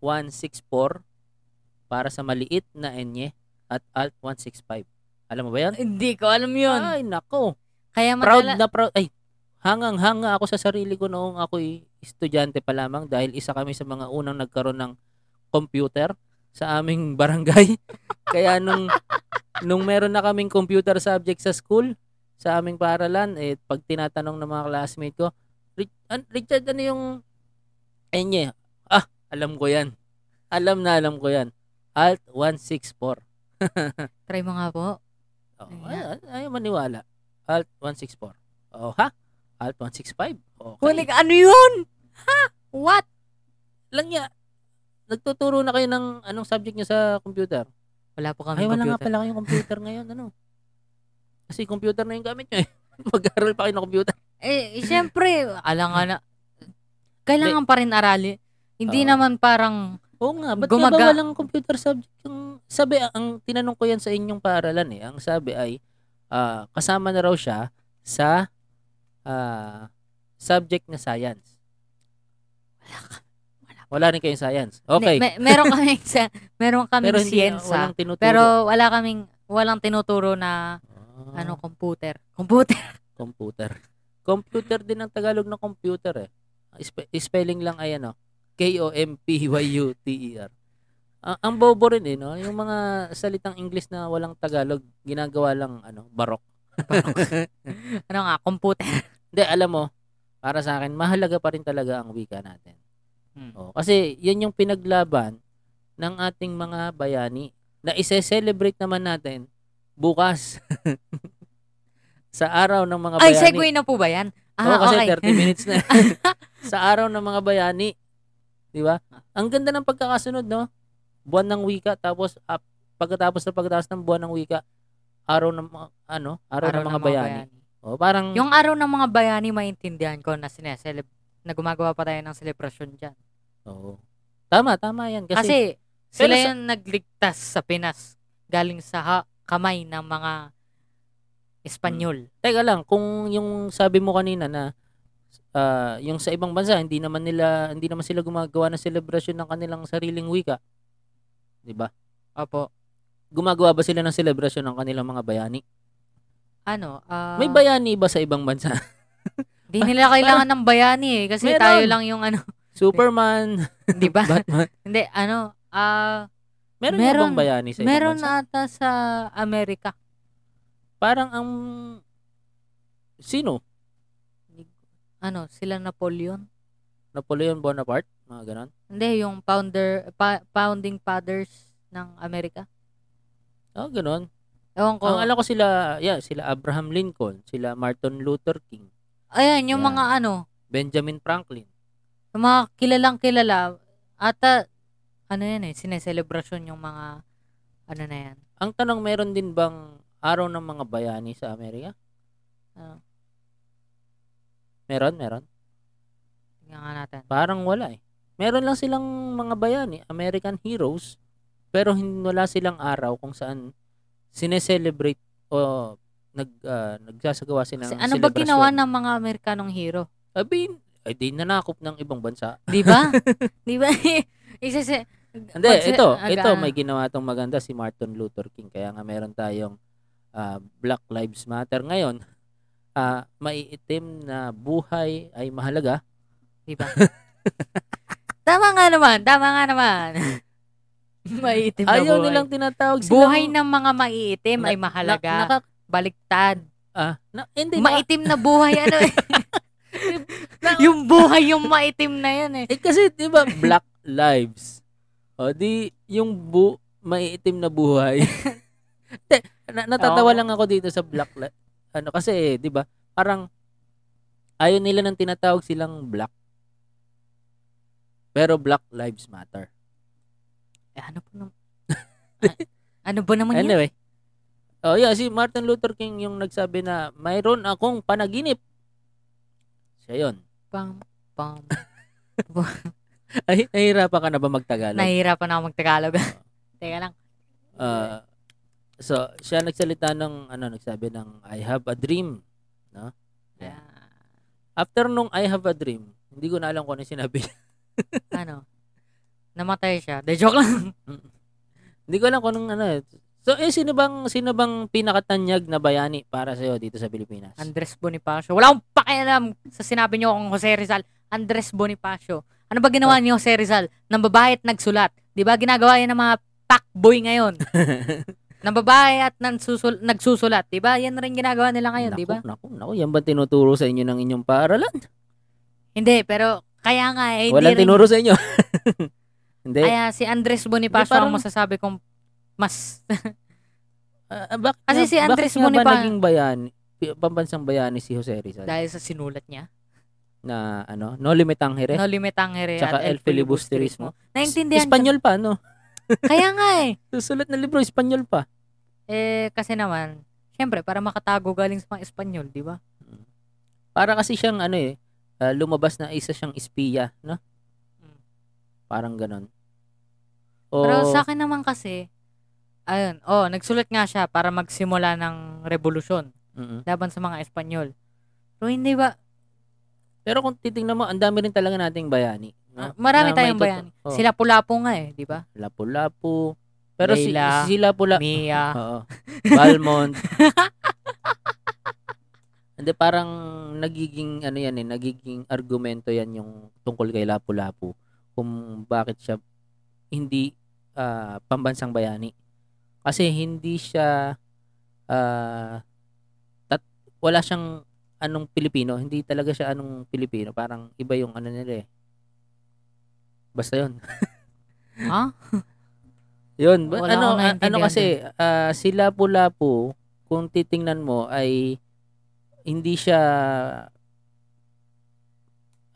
164 para sa maliit na Enye at alt 165. Alam mo ba 'yan? Hindi ko alam yun. Ay, nako. kaya Proud madala... na proud. Ay, hangang-hanga ako sa sarili ko noong ako'y estudyante pa lamang dahil isa kami sa mga unang nagkaroon ng computer sa aming barangay. Kaya nung nung meron na kaming computer subject sa school, sa aming paaralan, eh, pag tinatanong ng mga classmate ko, "Rich- an- Richard, ano yung enye? Ah, alam ko yan. Alam na alam ko yan. Alt 164. Try mo nga po. Oh, Ayan. ay, ay, ayaw maniwala. Alt 164. Oh, ha? Alt 165. Okay. Kulig, ano yun? Ha? What? Lang ya. Nagtuturo na kayo ng anong subject niya sa computer? Wala po kami Ay, wala nga computer. pala kayong computer ngayon. Ano? Kasi computer na yung gamit nyo eh. Mag-aaral pa kayo ng computer. Eh, siyempre, ala nga na. Kailangan pa rin arali. Oo. Hindi naman parang, Oo nga, ba't Gumaga- nga ba walang computer subject? Ang, sabi, ang tinanong ko yan sa inyong paaralan eh. Ang sabi ay, ah, kasama na raw siya sa ah, subject na science. Wala rin kayong science. Okay. Hindi, me- meron kami sa, meron kami pero hindi, ah, siyensa. walang tinuturo. Pero wala kaming, walang tinuturo na, Ah, ano, computer. Computer. Computer. Computer din ang Tagalog ng computer eh. Spe- spelling lang ay ano, K-O-M-P-Y-U-T-E-R. Ang, E ang bobo rin eh, no? Yung mga salitang English na walang Tagalog, ginagawa lang ano, barok. ano nga, computer. Hindi, alam mo, para sa akin, mahalaga pa rin talaga ang wika natin. Hmm. Oh, kasi yan yung pinaglaban ng ating mga bayani na ise-celebrate naman natin bukas sa araw ng mga Ay, bayani. segue na po ba yan? Oo, Ah, kasi okay. 30 minutes na. sa araw ng mga bayani. Di ba? Ang ganda ng pagkakasunod, no? Buwan ng wika, tapos ah, pagkatapos na pagkatapos ng buwan ng wika, araw ng mga, ano, araw, ng mga, bayani. Oh, parang, Yung araw ng mga bayani, maintindihan ko na sineseleb na gumagawa pa tayo ng celebration dyan. oo. tama, tama yan. Kasi, Kasi, Pero sila sa- yung nagligtas sa Pinas galing sa ha- kamay ng mga Espanyol. Teka lang, kung yung sabi mo kanina na ah, yung sa ibang bansa hindi naman nila hindi naman sila gumagawa ng celebration ng kanilang sariling wika. 'Di ba? Hmm. Opo. Gumagawa ba sila ng celebration ng kanilang mga bayani? Ano? ah, May bayani ba sa ibang bansa? Di nila kailangan ng bayani eh. Kasi Meron. tayo lang yung ano, Superman, di ba? Batman. Hindi, ano, ah, Meron, Meron. meron bang bayani sa ibang meron bansa? ata sa Amerika. Parang ang sino? Ano, sila Napoleon? Napoleon Bonaparte, mga ganon. Hindi, yung founder, pa- founding fathers ng Amerika. Oh, ganon. Ewan ko. Ang alam ko sila, yeah, sila Abraham Lincoln, sila Martin Luther King, Ayan, yung Yan. mga ano, Benjamin Franklin. yung mga kilalang kilala, ata, ano yan eh, sineselebrasyon yung mga, ano na yan. Ang tanong, meron din bang araw ng mga bayani sa Amerika? Ano, Meron, meron. tingnan nga natin. Parang wala eh. Meron lang silang mga bayani, American heroes, pero hin- wala silang araw kung saan sineselebrate o nag, ah, nagsasagawa sila ng Kasi ano ba celebration. ginawa ng mga Amerikanong hero? Abi, ay di nanakop ng ibang bansa. Di ba? di ba? Isa sa... Hindi, Pag- ito, aga- ito, may ginawa tong maganda si Martin Luther King. Kaya nga meron tayong ah, Black Lives Matter ngayon. Ah, maiitim na buhay ay mahalaga Di ba? Tama nga naman, tama nga naman. Maiitim na Ayaw buhay. nilang tinatawag silang... buhay ng mga maiitim Na- ay mahalaga. Na, naka, Baliktad. ah, na, hindi, naka- Maitim na buhay ano eh. yung buhay yung maitim na yan eh. eh, kasi, di ba, black lives. O, di, yung bu, maiitim na buhay. Te, na, natatawa Oo. lang ako dito sa black li- Ano, kasi, di ba, parang, ayaw nila nang tinatawag silang black. Pero black lives matter. Eh, ano po naman? A- ano ba naman yun? Anyway. Oh, yeah, si Martin Luther King yung nagsabi na mayroon akong panaginip. Siya yun. Pam, pam. Ano? Ay, nahihirapan ka na ba magtagalog? Nahihirapan ako magtagalog. Teka lang. Ah, so siya nagsalita ng ano nagsabi ng I have a dream. yeah. Ah, After nung I have a dream, hindi ko na alam kung ano yung sinabi. niya. ano? Namatay siya. De joke lang. hindi ko alam kung anong ano. eh. So eh sino bang sino bang pinakatanyag na bayani para sa dito sa Pilipinas? Andres Bonifacio. Wala akong pakialam sa sinabi niyo kung Jose Rizal. Andres Bonifacio. Ano ba Ah. ginawa ni Jose Rizal? Nang babae at nagsulat. Di ba ginagawa yan ng mga packboy ngayon? Nang babae at nansusul- nagsusulat. Di ba? Yan rin ginagawa nila ngayon, di ba? Naku, naku, yan ba tinuturo sa inyo ng inyong paaralan? Hindi, pero kaya nga eh. di Walang rin- tinuro sa inyo. hindi. Kaya si Andres Bonifacio Hindi, parang- ang masasabi kong mas Ah, ah, bakit Kasi nga- si bakit Andres nga ba Bonifacio- naging bayani, pi- pambansang bayani si Jose Rizal dahil sa sinulat niya. na ano, no limit ang here. No limit ang here Tsaka at El Filibusterismo. Naintindihan ko. Espanyol pa, no? Kaya nga eh. Susulat na libro, Espanyol pa. Eh, kasi naman, syempre, para makatago galing sa mga Espanyol, di ba? Para kasi siyang ano eh, ah, lumabas na isa siyang espiya, no? Mm. Parang ganon. O, Pero sa akin naman kasi, ayun, oh, nagsulat nga siya para magsimula ng revolusyon Mm-mm. laban sa mga Espanyol. Pero hindi ba, Pero kung titingnan mo, ang dami rin talaga nating bayani. No? Na may marami Oh. tayong toto- bayani. Oo. Sila Pulapo nga eh, di ba? Lapu-Lapu. Pero si, Layla, si Lapu-Lapu. Mia. Oo. Balmond. Hindi, parang nagiging, ano yan eh, nagiging argumento yan yung tungkol kay Lapu-Lapu kung bakit siya hindi ah, pambansang bayani. Kasi hindi siya ah, wala siyang anong Pilipino. Hindi talaga siya anong Pilipino. Parang iba yung ano nila eh. Basta yun. Ha? Yun. Ba- Wala ano, akong a- ano naiintindihan kasi, ah, si Lapu-Lapu, kung titingnan mo, ay hindi siya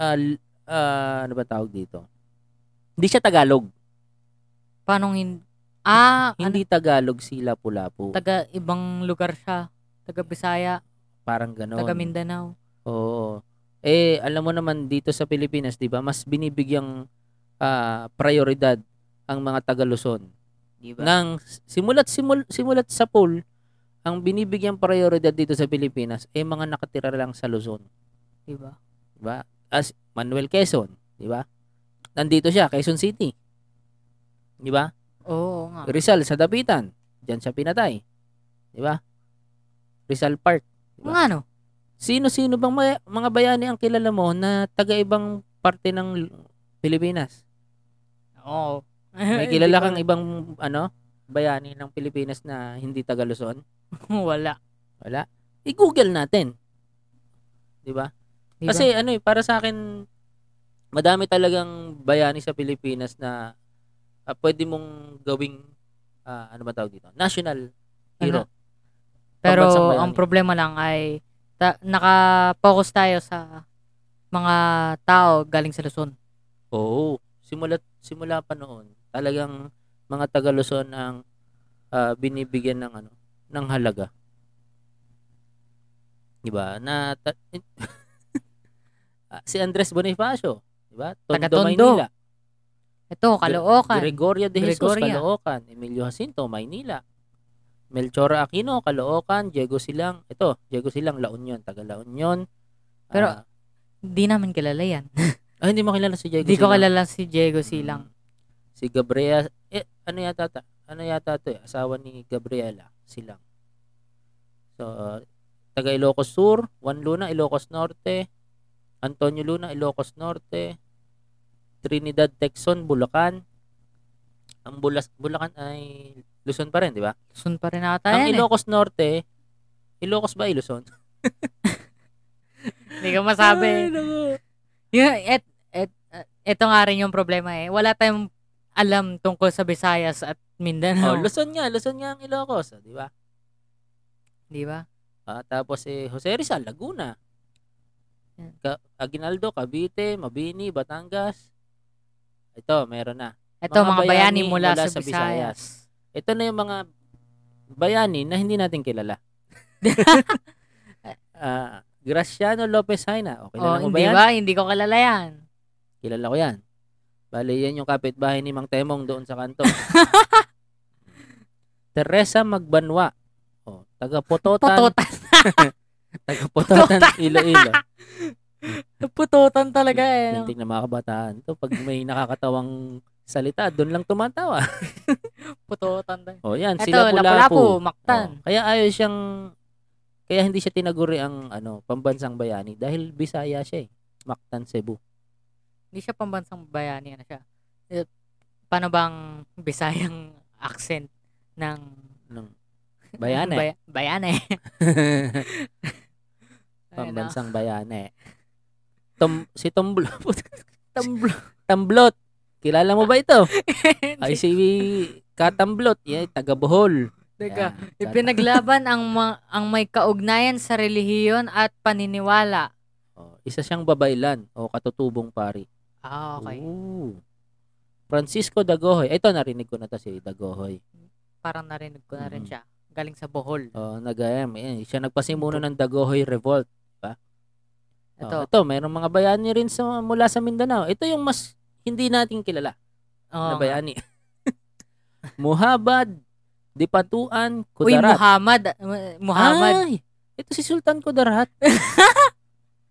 ah, l- ah, ano ba tawag dito? Hindi siya Tagalog. Paano hindi? Ah, Hindi Tagalog si Lapu-Lapu. ano, taga ibang lugar siya. Taga Bisaya, Parang ganon. taga Mindanao. Oo. Eh, alam mo naman dito sa Pilipinas, di ba, mas binibigyang ah, prioridad ang mga taga-Luzon. Di ba? Nang simulat, simul, simulat sa pool, ang binibigyang prioridad dito sa Pilipinas ay mga nakatira lang sa Luzon. Di ba? Di ba? As Manuel Quezon, di ba? Nandito siya, Quezon City. Di ba? Oo nga. Rizal sa Dapitan, diyan siya pinatay. Di ba? Rizal Park. Mga ano? Sino-sino bang may- mga bayani ang kilala mo na taga-ibang parte ng L- Pilipinas? Oo. May kilala kang ibang ano bayani ng Pilipinas na hindi taga Luzon? Wala. Wala. I-Google natin. 'Di ba? Di ba? Kasi ano eh para sa akin madami talagang bayani sa Pilipinas na ah, pwede mong gawing ah, ano ba tawag dito? National hero. ano, Pero Pambansang bayani. ang problema lang ay ta- naka-focus tayo sa mga tao galing sa Luzon. Oo. Simula, simula pa noon, talagang mga taga Luzon ang ah, binibigyan ng ano, ng halaga. 'Di ba? Na ta- Ah, si Andres Bonifacio, 'di ba? Taga Tondo, Tondo. Maynila. Ito, Caloocan. Gregoria de Jesus, Gregoria. Caloocan. Emilio Jacinto, Maynila. Melchor Aquino, Caloocan. Diego Silang, ito, Diego Silang, La Union, taga La Union. Pero, Ah, Hindi namin kilala yan. ay, hindi mo kilala si Diego Hindi ko Silang. kilala si Diego Silang. Mm. Si Gabriela, eh, ano yata ta? Ano yata to? Eh? Asawa ni Gabriela Silang. So, uh, taga Ilocos Sur, Juan Luna, Ilocos Norte, Antonio Luna, Ilocos Norte, Trinidad Texon, Bulacan. Ang Bulas, Bulacan ay Luzon pa rin, di ba? Luzon pa rin ata Ang yan eh. Ilocos Norte, Ilocos ba ay Luzon? Hindi ko Ay, masabi. naku. Yeah, et, et, uh, eto nga rin yung problema eh. Wala tayong alam tungkol sa Visayas at Oh, Mindanao. Luzon nga, Luzon nga ang Ilocos, di ba? Di ba? Ah, tapos si Jose Rizal, Laguna. Yan. Ka- Aguinaldo, Cavite, Mabini, Batangas. Ito, meron na. Ito, mga, bayani, mula, sa, Visayas. Ito na yung mga bayani na hindi natin kilala. Ah, Graciano Lopez Haina. O, Oh, kilala mo ba hindi yan? ba? Hindi ko kalala yan. Kilala ko yan. Bale, yan yung kapitbahay ni Mang Temong doon sa kanto. Teresa Magbanwa. Oh, O, taga Pototan. Pututan. taga Pototan, Iloilo. Pututan talaga eh. no? Lintik na mga kabataan. To, pag may nakakatawang salita, doon lang tumatawa. Pututan talaga. O yan, Ito, sila Lapu-Lapu, pulapu. Mactan. kaya ayaw siyang, kaya hindi siya tinaguri ang ano, pambansang bayani dahil Bisaya siya eh. Mactan Cebu. Hindi siya pambansang bayani. Ano siya? Eh, Paano bang Bisayang accent ng Ng bayani. Bay- bayani. pambansang bayani. Tom, si Tomblo, Tamblo. Tamblot. Kilala mo ba ito? Ay si Katamblot, yeah, taga Bohol. Yan, Teka, Kat- Ipinaglaban ang ma- ang may kaugnayan sa relihiyon at paniniwala. O, isa siyang babaylan o katutubong pari. Ah, okay. Ooh. Francisco Dagohoy. Ito, narinig ko na to si Dagohoy. Parang narinig ko na rin Mm. siya. Galing sa Bohol. Oh, nag-AM. Eh, siya nagpasimuno ng Dagohoy Revolt. Oh, Ito. ito, mayroong mga bayani rin sa, mula sa Mindanao. Ito yung mas hindi natin kilala na Oh, bayani. Muhabad, Dipatuan, Uy, Kudarat. Ah, Muhammad. Mu- Muhammad. Ay, ito si Sultan Kudarat.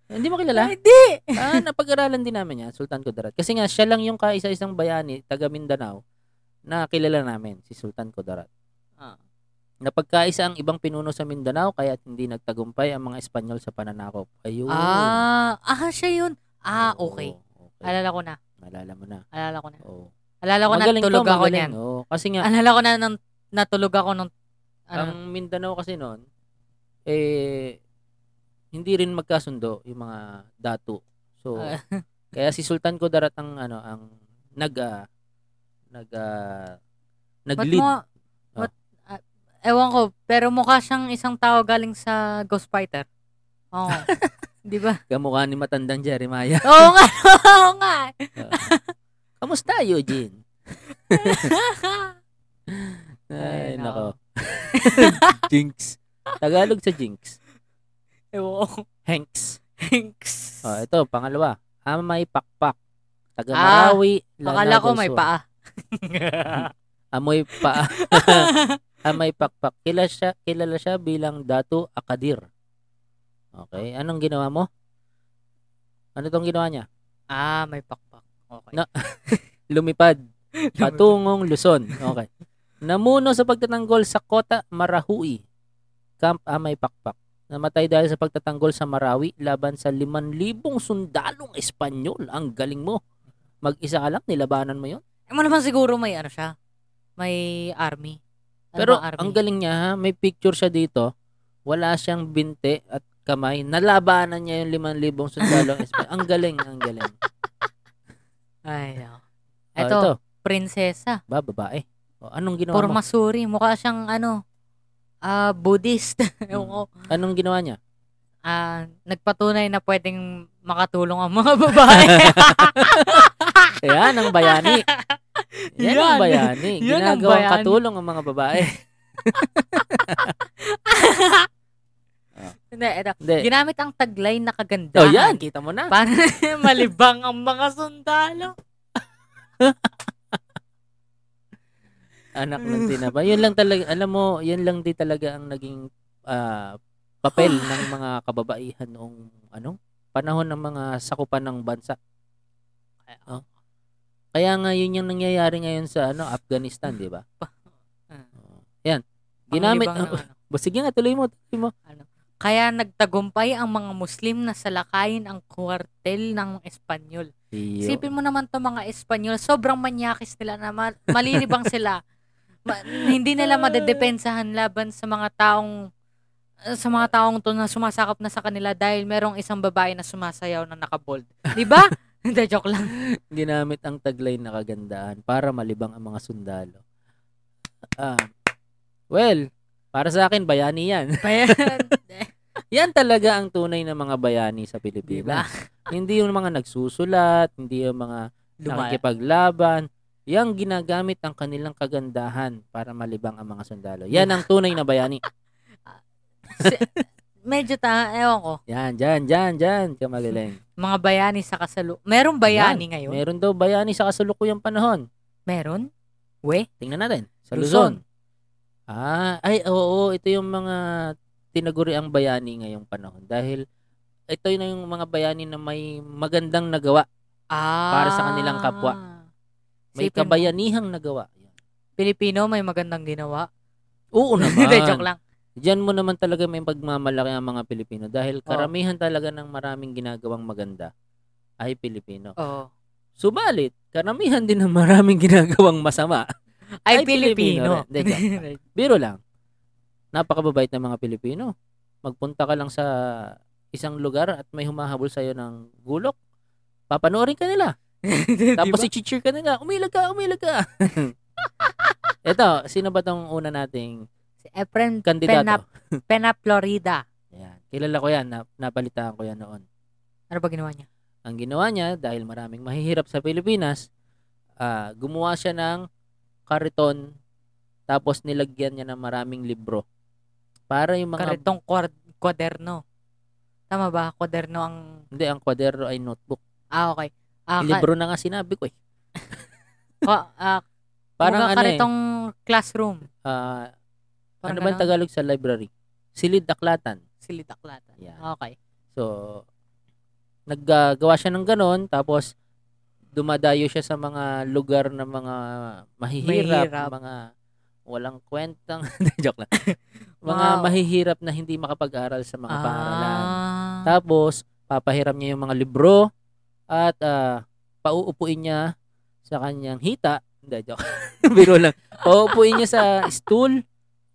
hindi mo kilala? Hindi. ah, napag-aralan din namin yan, Sultan Kudarat. Kasi nga, siya lang yung kaisa-isang bayani, taga Mindanao, na kilala namin, si Sultan Kudarat. Ah. Napagkaisa ang ibang pinuno sa Mindanao kaya hindi nagtagumpay ang mga Espanyol sa pananakop. Ayun. Ah, ah, siya yun. Ah, Oo, okay. okay. Alala ko na. Malala mo na. Alala ko na. Oo. Alala ko na Magaling natulog to, ako magaling. niyan. Oo, kasi nga, Alala ko na nang natulog ako nung ano, ang Mindanao kasi noon, eh, hindi rin magkasundo yung mga dato. So Ah. kaya si Sultan ko daratang ano ang nag ah, nag ah, Ba't nag-lead. mo, Oh. ba't- ah, ewan ko, pero mukha siyang isang tao galing sa Ghost Fighter. Oo. Di ba? Kamukha ni matandang Jeremiah. Oo nga, oo nga. Kamusta, Eugene? Ay, Ay, nako. jinx. Tagalog sa jinx. Ewan ko. Hanks. Thanks. Oh, ito, pangalawa. Amay pakpak. Taga Ah, Marawi, Lanao Akala ko del may Sur. paa. Amoy pa. Amay Ah, pakpak. Kilala siya, kilala siya bilang Dato Akadir. Okay. Anong ginawa mo? Ano tong ginawa niya? ah, may pakpak. Okay. Na- Lumipad. Lumipad. Patungong Luzon. Okay. Namuno sa pagtatanggol sa Kota Marahui. Camp Amay Pakpak. Namatay dahil sa pagtatanggol sa Marawi laban sa 5,000 sundalong Espanyol. Ang galing mo. Mag-isa ka lang, nilabanan mo yun. Eh, mo naman siguro may ano siya. May army. Ano Pero ba army? ang galing niya ha, may picture siya dito. Wala siyang binte at kamay. Nalabanan niya yung 5,000 sundalong Espanyol. ang galing, ang galing. Ay, no. Oh, Ito, ito, Ano prinsesa. ba, babae. O, anong ginawa mo? Pormasuri. Mukha siyang ano, ah Buddhist. Ewan Mm. ko. Anong ginawa niya? Ah, nagpatunay na pwedeng makatulong ang mga babae. Yan ang bayani. Yan, ang Yan. bayani. Yan ang Ginagawang bayani. katulong ang mga babae. Hindi, eto. Hindi. Ginamit ang taglay na kaganda. oh, yan. Kita mo na. Para malibang ang mga sundalo. Anak ng tinapa. Yun lang talaga. Alam mo, yan lang di talaga ang naging ah, papel ng mga kababaihan noong ano, panahon ng mga sakupan ng bansa. Oh. Kaya nga yun yung nangyayari ngayon sa ano Afghanistan, di ba? Ah. Oh. Yan. Ginamit. Panglibang ng ano. Oh, sige nga, tuloy mo. Tuloy mo. Kaya nagtagumpay ang mga Muslim na salakayin ang kuwartel ng Espanyol. Iyo. Isipin mo naman to mga Espanyol, sobrang manyakis nila na ma- malilibang sila. Ma- hindi nila madedepensahan laban sa mga taong sa mga taong to na sumasakop na sa kanila dahil merong isang babae na sumasayaw na nakabold. Di ba? Hindi, joke lang. ginamit ang taglay na kagandahan para malibang ang mga sundalo. Ah, well, para sa akin, bayani yan. yan talaga ang tunay na mga bayani sa Pilipinas. Hindi yung mga nagsusulat, hindi yung mga Lumaya. nakikipaglaban. Yang ginagamit ang kanilang kagandahan para malibang ang mga sundalo. Yan ang tunay na bayani. Si- Medyo ta, ewan ko. Yan, dyan, dyan, dyan, kamagaling. Mga bayani sa kasalo. Merong bayani ngayon? Meron daw bayani sa kasalukuyang panahon. Meron? We? Tingnan natin. Sa Luzon. Luzon. Ah, ay oo, ito yung mga tinaguri ang bayani ngayong panahon dahil ito yun na yung mga bayani na may magandang nagawa, Ah. Para sa kanilang kapwa. may Isipin mo, kabayanihang nagawa. Yan. Pilipino may magandang ginawa. Oo Hindi, joke naman. lang. Diyan mo naman talaga may pagmamalaki ang mga Pilipino dahil karamihan talaga ng maraming ginagawang maganda ay Pilipino. Oo. Subalit, karamihan din ng maraming ginagawang masama Ay, Ay, Pilipino Pilipino. rin. Hindi, joke Biro lang. Napakababait ng mga Pilipino. Magpunta ka lang sa isang lugar at may humahabol sa'yo ng gulok. Papanoorin ka nila. Tapos Tapos, i-cheer ka nila. Umilag ka, umilag ka. Ito, sino ba tong una nating si Efren kandidato? Pena Florida. Ayan. Kilala ko yan. Nap- napalitaan ko yan noon. Ano ba ginawa niya? Ang ginawa niya, dahil maraming mahihirap sa Pilipinas, ah, gumawa siya ng kariton tapos nilagyan niya ng maraming libro. Para yung mga Karitong kwad- kwaderno. Tama ba? Kwaderno ang... Hindi, ang kwaderno ay notebook. Ah, okay. Ah, ka- Libro na nga sinabi ko eh. ka- ah, Parang kumbaga ano eh, karitong classroom. ah, ano Parang ba ang ganon. Tagalog sa library? Silid aklatan. Silitaklatan. Yan. Okay. So, naggagawa siya ng ganon, tapos dumadayo siya sa mga lugar na mga mahihirap, Mahirap. mga walang kwentang, joke lang, mga Wow. mahihirap na hindi makapag-aral sa mga paaralan. Ah. Tapos, papahiram niya yung mga libro at ah, pauupuin niya sa kanyang hita. Hindi, joke. Biro lang. Pauupuin niya sa stool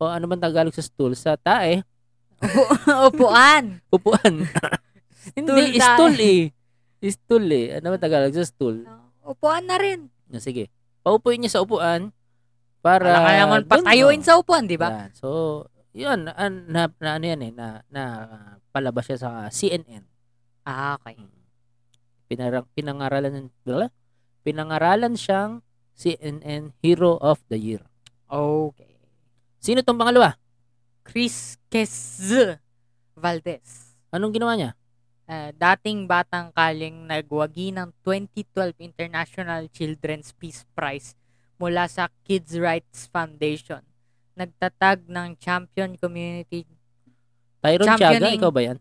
o ano man Tagalog sa stool, sa tae. Upuan. Upuan. Hindi, tayo. stool eh. Stool eh. Ano ba Tagalog sa stool? Upuan na rin. Na, sige. Paupuin niya sa upuan para... Wala ka naman dun, patayuin oh. sa diba? upuan, di ba? Yan. So, yun. an- na, na, ano yan eh. Na, na ah, palabas siya sa CNN. Ah, okay. Pinarang, pinangaralan, wala? pinangaralan siyang CNN Hero of the Year. Okay. Sino tong pangalawa? Chris Kez Valdez. Anong ginawa niya? Ah, dating batang kaling nagwagi ng 2012 International Children's Peace Prize mula sa Kids Rights Foundation. Nagtatag ng champion community. Tyron Championing. Tiaga, ikaw ba yan?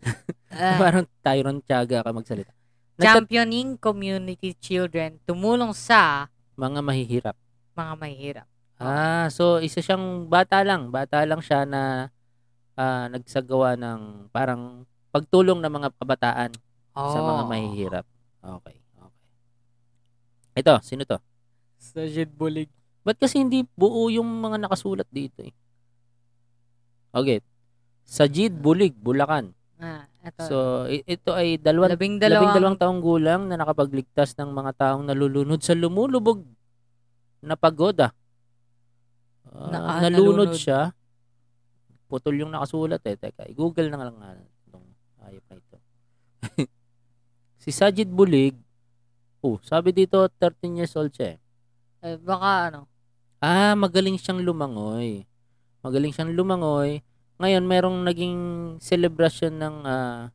ah, Parang Tyron Tiaga ka magsalita. Nagtat- championing community children tumulong sa mga mahihirap. mga mahirap. Ah, so isa siyang bata lang. Bata lang siya na ah, nagsagawa ng parang pagtulong ng mga kabataan sa Oh. mga mahihirap. Okay, okay. Ito, sino to? Sajid Bulig. Ba't kasi hindi buo yung mga nakasulat dito eh? Okay. Sajid Bulig, Bulacan. Ah, ito. So, i- ito ay dalawang, labing dalawang, labing dalawang taong gulang na nakapagligtas ng mga taong nalulunod sa lumulubog na pagoda. Ah, Na- ah, nalunod, nalunod. siya. Putol yung nakasulat eh. Teka, i-google na lang nga itong ayop na ito. si Sajid Bulig, oh, sabi dito 13 years old siya eh. eh, baka ano. Ah, magaling siyang lumangoy. Magaling siyang lumangoy. Ngayon merong naging celebration ng ah,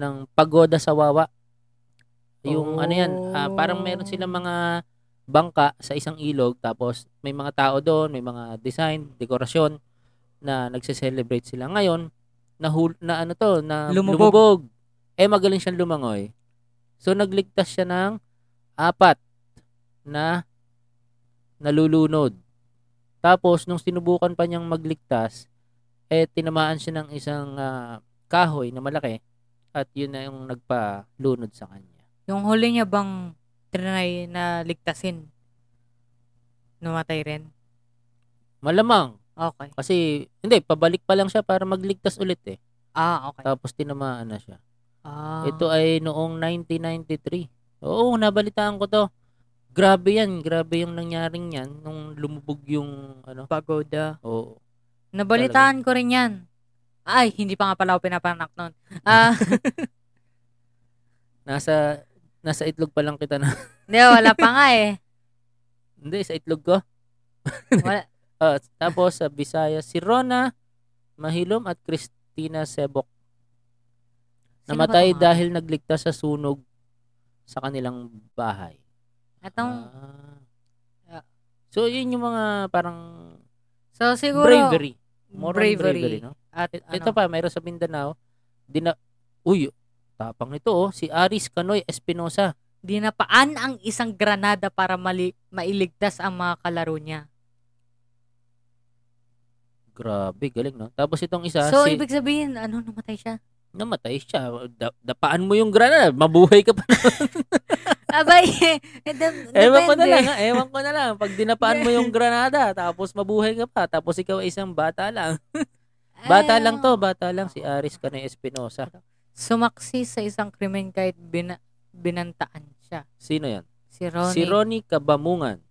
ng pagoda sa Wawa. Yung ano yan, ah, parang meron silang mga bangka sa isang ilog tapos may mga tao doon, may mga design, dekorasyon na nagse-celebrate sila ngayon na hul- na ano to, na lumubog. Lumubog. Eh magaling siyang lumangoy. So nagligtas siya ng apat na nalulunod. Tapos, nung sinubukan pa niyang magligtas, eh, tinamaan siya ng isang ah, kahoy na malaki at yun na yung nagpalunod sa kanya. Yung huli niya bang trinay na ligtasin? Numatay rin? Malamang, Okay. kasi, hindi, pabalik pa lang siya para magligtas ulit eh. Ah, okay. Tapos, tinamaan na siya. Ah. Ito ay noong 1993. Oo, nabalitaan ko to. Grabe yan, grabe yung nangyaring yan nung lumubog yung, ano, pagoda. oo. Nabalitaan ko rin yan. Ay, hindi pa nga pala ako pinapanak noon. Ah, Nasa, nasa itlog pa lang kita na. hindi, wala pa nga eh. Hindi, sa itlog ko. Wala. Ah, tapos sa Bisaya, si Rona Mahilom at Christina Sebok Sino namatay ba to nga? dahil nagligtas sa sunog sa kanilang bahay. Itong, Ah. so, yun yung mga parang so siguro, bravery. More on bravery. bravery. no? At, I- ano, Ito pa, mayroon sa Mindanao. Dina- Uy, tapang nito oh. Si Aris Canoy Espinosa. dinapaan ang isang granada para mali, mailigtas ang mga kalaro niya. Grabe, galing no? Tapos itong isa, so, Ah, si, ibig sabihin, ano, namatay siya? namatay siya. Da- dapaan mo yung granada, mabuhay ka pa Abay, eh, dem- Ewan ko na depende. lang, ha? ewan ko na lang. Pag dinapaan mo yung granada, tapos mabuhay ka pa, tapos ikaw ay isang bata lang. ah. Bata Ay, ano, lang to, bata lang. Si Aris Canoy Espinosa. Sumaksi sa isang krimen kahit bina- binantaan siya. Sino yan? Si Ronnie. Si Ronnie Kabamungan.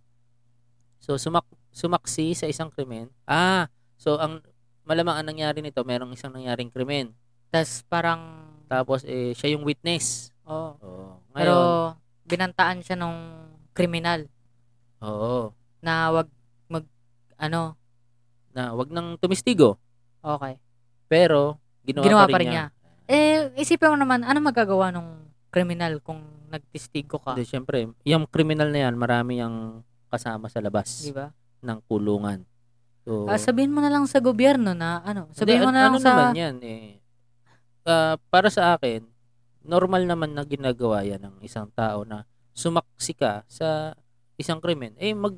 So, sumak sumaksi sa isang krimen. Ah, so ang malamang ang nangyari nito, merong isang nangyaring krimen. Tas parang, Tapos, eh, siya yung witness. oh, Oo. pero Ngayon, binantaan siya nung kriminal oo, na wag mag, ano, na wag nang tumistigo. okay. Pero, ginawa, Ginawa pa rin, niya. Eh, isipin mo naman, ano magagawa nung kriminal kung nagtistigo ka? Hindi, syempre, yung criminal na yan, marami yung kasama sa labas. Di ba? ng kulungan. So, Ah, sabihin mo na lang sa gobyerno na, ano, sabihin hindi, mo an- na lang ano sa, naman yan eh. Ah, para sa akin, normal naman na ginagawa yan ng isang tao na sumaksi ka sa isang krimen. Eh, mag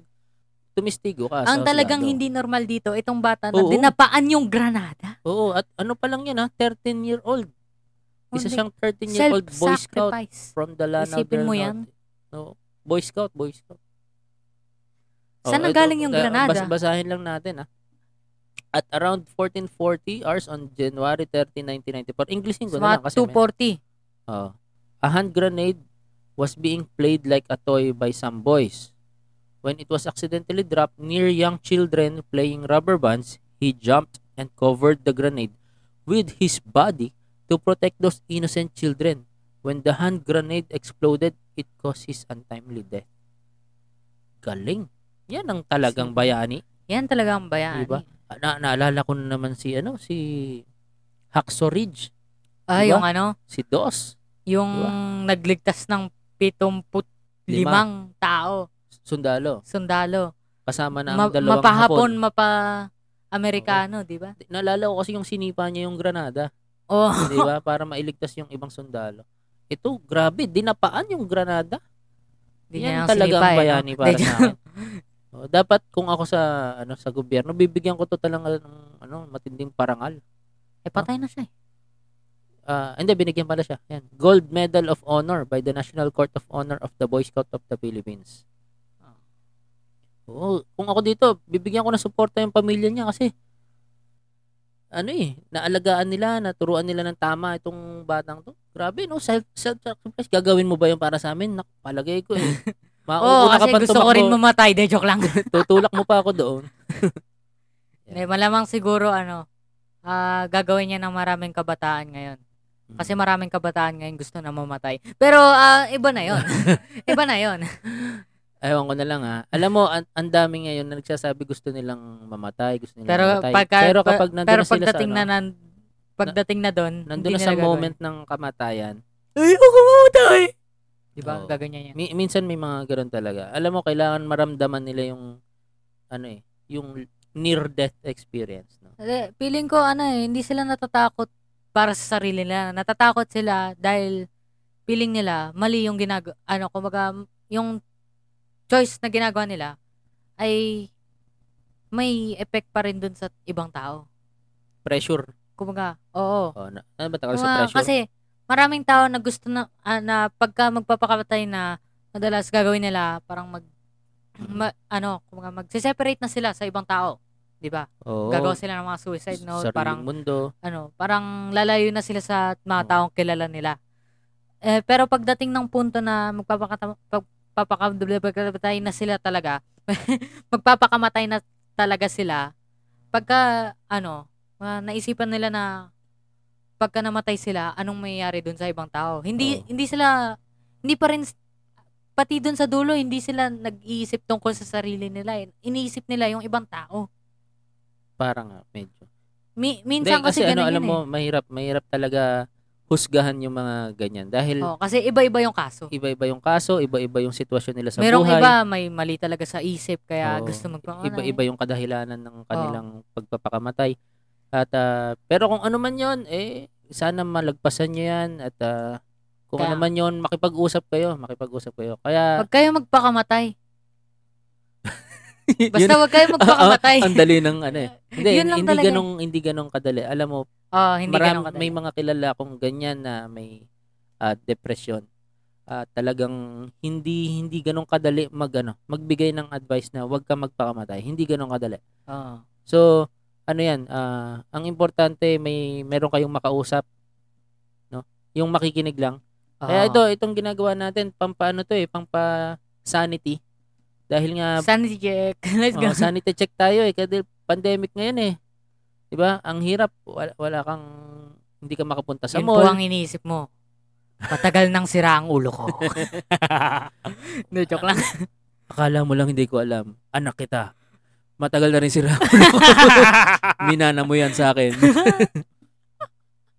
tumistigo ka. ang sa talagang Senado. hindi normal dito, itong bata na ah, Oo. dinapaan yung granada. Oo, at ano pa lang yan ha, 13-year-old. Isa Hindi. siyang 13-year-old Boy Scout Oh, Self-sacrifice. from the Lanao Isipin mo Del yan. Norte. No, Boy Scout, Boy Scout. Saan Oh, ang ito, galing yung ah, granada? Bas- basahin lang natin ha. At around 1440 hours on January 30, 1994. English ko na Mga lang kasi. men. 240. Oo. Oh. a hand grenade was being played like a toy by some boys. When it was accidentally dropped near young children playing rubber bands, he jumped and covered the grenade with his body to protect those innocent children. When the hand grenade exploded, it caused his untimely death. Galing. Yan ang talagang Sino? bayani. Yan talaga ang bayani. Diba? Ah, Na naalala ko na naman si ano si Hacksaw Ridge, Ah, Diba? yung ano, si Dos. yung Diba? nagligtas ng 75 limang tao, Sundalo. sundalo. Kasama na Ma- Ano, ang dalawang mapahapon, Hapon. mapa Amerikano, di ba? Naalala ko kasi yung sinipa niya yung granada, Oh, di ba? Para mailigtas yung ibang sundalo. Ito, grabe, dinapaan yung granada. di Yan niya eh, talaga ang bayani no? para Di- sa akin. Oh, dapat kung ako sa ano sa gobyerno, bibigyan ko to talaga ng ano, matinding parangal. Eh, patay na siya eh. Ah, hindi binigyan pala siya. Yan. Gold Medal of Honor by the National Court of Honor of the Boy Scout of the Philippines. Oo, kung ako dito, bibigyan ko ng suporta yung pamilya niya kasi ano eh, naalagaan nila, naturuan nila ng tama itong batang to. Grabe, no? Self, self-sacrifice. Gagawin mo ba yung para sa amin? Nak, palagay ko eh. Oo, Mauuna ka kasi pa gusto ko rin tumakbo. mamatay. De, joke lang. Tutulak mo pa ako doon. Eh, malamang siguro, ano, ah, gagawin niya ng maraming kabataan ngayon. Kasi Hmm. maraming kabataan ngayon gusto na mamatay. Pero, ah, iba na yon iba na yon Ewan ko na lang ha. Alam mo, an- ang dami ngayon na nagsasabi gusto nilang mamatay, gusto nilang Pero mamatay. pagka- pero kapag nandun Pero na sila sa, pagdating ano, na, nan, pagdating na doon, nandun hindi na nila sa gagawin. moment ng kamatayan, Ay, ako mamatay! Di ba? Oo. Gaganyan yan. mi- minsan may mga ganun talaga. Alam mo, kailangan maramdaman nila yung, ano eh, yung near-death experience. No? Eh, Feeling ko, ano eh, hindi sila natatakot para sa sarili nila. Natatakot sila dahil feeling nila, mali yung ginag... Ano, kumbaga, yung choice na ginagawa nila ay may effect pa rin dun sa ibang tao. Pressure. Kumbaga, oo. Oh, na, ano ba tawag sa Kumbaga, pressure? Kasi maraming tao na gusto na, ah, na pagka magpapakatay na madalas gagawin nila, parang mag... ma- ano, kumbaga, magsiseparate na sila sa ibang tao. Di ba? Oo. Gagawa sila ng mga suicide note, Sariling parang mundo. ano, parang lalayo na sila sa mga Oo. taong kilala nila. Eh, pero pagdating ng punto na magpapakamatay na sila talaga, magpapakamatay na talaga sila, pagka, ano, ah, naisipan nila na pagka namatay sila, anong mayayari dun sa ibang tao. Hindi, Oo. hindi sila, hindi pa rin, s- pati dun sa dulo, hindi sila nag-iisip tungkol sa sarili nila. eh. Iniisip nila yung ibang tao. Parang ah, medyo. Mi- Hindi, minsan kasi kasi, ganun ano, alam yun eh. mo, mahirap, mahirap talaga husgahan yung mga ganyan. eh. Dahil Oo, kasi iba-iba yung kaso. iba-iba yung kaso, iba-iba yung sitwasyon nila sa Merong buhay. iba may mali talaga sa isip kaya Oo. gusto ano, magpamatay. iba-iba yung kadahilanan ng kanilang pagpapakamatay. At ah, pero kung ano man 'yon, eh sana malagpasan niyo 'yan at ah, kung Kaya- ano man 'yon, makipag-usap kayo, makipag-usap kayo. Kaya eh, Huwag kayo magpakamatay. yun- Basta huwag kayo magpakamatay. ang dali ng ano eh. Hindi Yun lang hindi talaga eh. ganong hindi ganong kadali. Alam mo, oh, hindi maram- ganun kadali. may mga kilala akong ganyan na may ah, depression. Ah, talagang hindi hindi ganong kadali mag ano, magbigay ng advice na huwag ka magpakamatay. Hindi ganong kadali. Oo. So, ano 'yan, ah, ang importante may meron kayong makausap, no? Yung makikinig lang. Kaya Oo. ito, itong ginagawa natin pampaano 'to eh, pampa sanity. Dahil nga sanity check. Let's go. oh, sanity check tayo eh kasi pandemic ngayon eh. 'Di ba? Ang hirap wala, wala kang hindi ka makapunta sa Yun po mall. ang iniisip mo. Matagal nang sira ang ulo ko. no, joke lang. Akala mo lang hindi ko alam. Anak kita. Matagal na rin sira. Minana mo 'yan sa akin.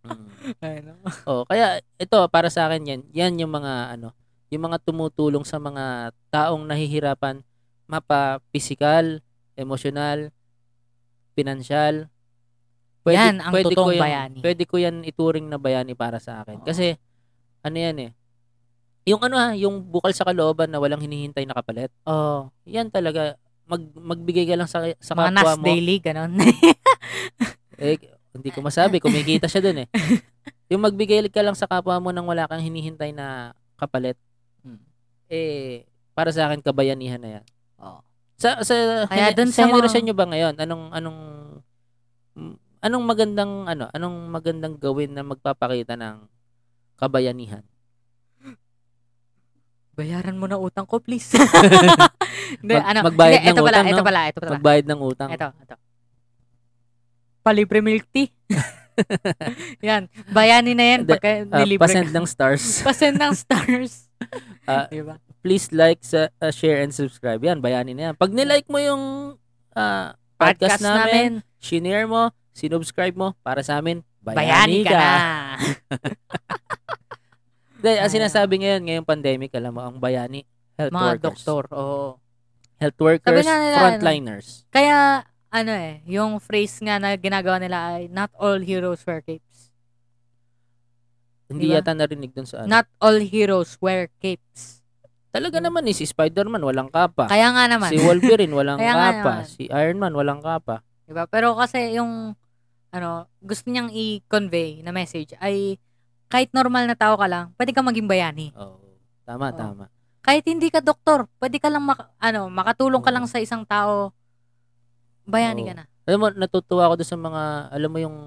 Mm. Ayun, no? Oh, kaya ito para sa akin 'yan. 'Yan yung mga ano, yung mga tumutulong sa mga taong nahihirapan mapa physical, emosyonal, pinansyal. Yan ang ko totoong yan, bayani. Pwede ko 'yan ituring na bayani para sa akin. Oo. Kasi ano 'yan eh. Yung ano ha, yung bukal sa kalooban na walang hinihintay na kapalit. Oo. 'Yan talaga mag magbigay ka lang sa sa mga kapwa Nas mo. Daily, ganun. Eh, hindi ko masabi, kumikita siya dun eh. Yung magbigay ka lang sa kapwa mo nang wala kang hinihintay na kapalit, Mm. eh, para sa akin, kabayanihan na yan. Oo. Sa, sa, Kaya hene- sa dun sa mga- generation nyo ba ngayon, anong, anong anong magandang ano, anong magandang gawin na magpapakita ng kabayanihan? Bayaran mo na utang ko, please. Hindi, Mag- ano, magbayad hindi, ng ito pala, utang, Ito no? pala, ito pala. Magbayad ng utang. Ito, ito. Palibre milk tea. yan. Bayani na yan Hindi, pagka Ah, nilibre. pasend ka. ng stars. Pasend ng stars. Ah, diba? Please like, sa, ah, share, and subscribe. Yan, bayanin na yan. Pag nilike mo yung ah, podcast, namin, shinare mo, sinubscribe mo, para sa amin, bayani, Bayani ka na. Dahil ang Ayan. sinasabi ngayon, ngayong pandemic, alam mo, ang bayani, health Mga workers. doktor, oo. Health workers, Sabi nga nila, frontliners. Kaya, ano eh, yung phrase nga na ginagawa nila ay, not all heroes wear capes. Hindi Diba? yata narinig dun sa ano. Not all heroes wear capes. Talaga naman eh, si Spider-Man, walang kapa. Kaya nga Ah, naman. Si Wolverine, walang Kaya nga kapa. naman. Si Iron Man, walang kapa. Diba? Pero kasi yung ano, gusto niyang i-convey na message ay kahit normal na tao ka lang, pwede kang maging bayani. Oo. Oh, Tama, Oo. tama. Kahit hindi ka doktor, pwede ka lang mak- ano, makatulong Oo. ka lang sa isang tao. Bayani Oo. ka na. Alam mo, natutuwa ako dun sa mga, alam mo yung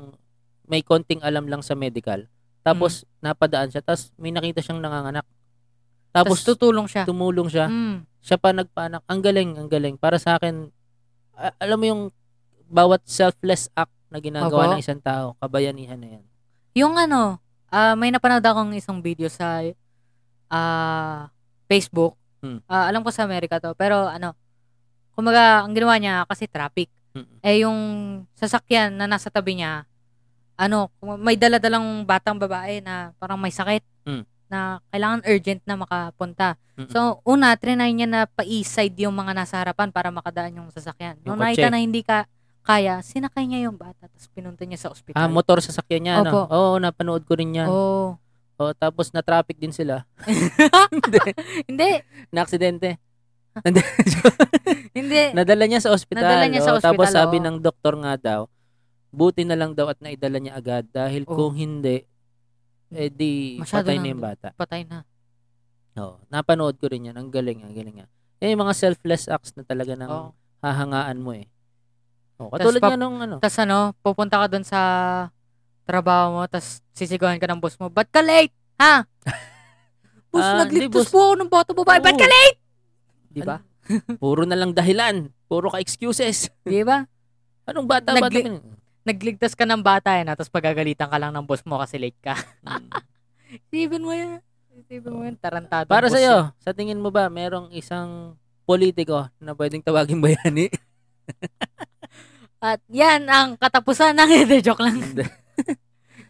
may konting alam lang sa medical. Tapos, Mm. napadaan siya. Tapos, may nakita siyang nanganganak. Tapos Tapos, tutulong siya. tumulong siya. Mm. siya pa nagpanak. Ang galing, ang galing. Para sa akin, a- alam mo yung bawat selfless act na ginagawa Opo. ng isang tao, kabayanihan na yan. Yung ano, ah, may napanood akong isang video sa ah, Facebook. Hmm. Ah, alam ko sa Amerika to, pero ano, kumaga, ang ginawa niya kasi traffic. Mm-mm. eh yung sasakyan na nasa tabi niya, ano, kung may daladalang batang babae na parang may sakit Mm. na kailangan urgent na makapunta. Mm-mm. So, una, trinay niya na pa-e-side yung mga nasa harapan para makadaan yung sasakyan. Nung Yung nakita kotse. na hindi ka kaya, sinakay niya yung bata tapos pinunta niya sa ospital. ah, motor sasakyan niya, no? Opo. Oo, napanood ko rin yan. Oo. Oo, tapos na-traffic din sila. hindi, Na-aksidente. hindi. Nadala niya sa ospital. Nadala niya sa Oo, Tapos ospital, sabi oo. ng doktor nga daw, buti na lang daw at naidala niya agad dahil Oo. kung hindi, eh di Masyado patay lang na yung daw. bata. Patay na. Oo, napanood ko rin yan. Ang galing, ang galing nga. Eh, yung mga selfless acts na talaga ng Oo. hahangaan mo eh. Oh, Tas katulad pap- nga nung ano. Tapos ano, pupunta ka dun sa trabaho mo, tapos sisigawan ka ng boss mo, ba't ka late? Ha? boss, Ah, hindi, boss. nagligtas po ako ng bata babae, ba't ka Oo. late? Di ba? ba? puro na lang dahilan. Puro ka excuses. Di ba? Anong bata Nagli- bata ka na? Nagligtas ka ng bata yan, tapos pagagalitan ka lang ng boss mo kasi late ka. Mm. Isipin mo yan. Isipin mo yan, tarantado. Para boss sa yan. sa tingin mo ba merong isang politiko na pwedeng tawagin bayani? At yan ang katapusan ng hindi, joke lang. Hindi.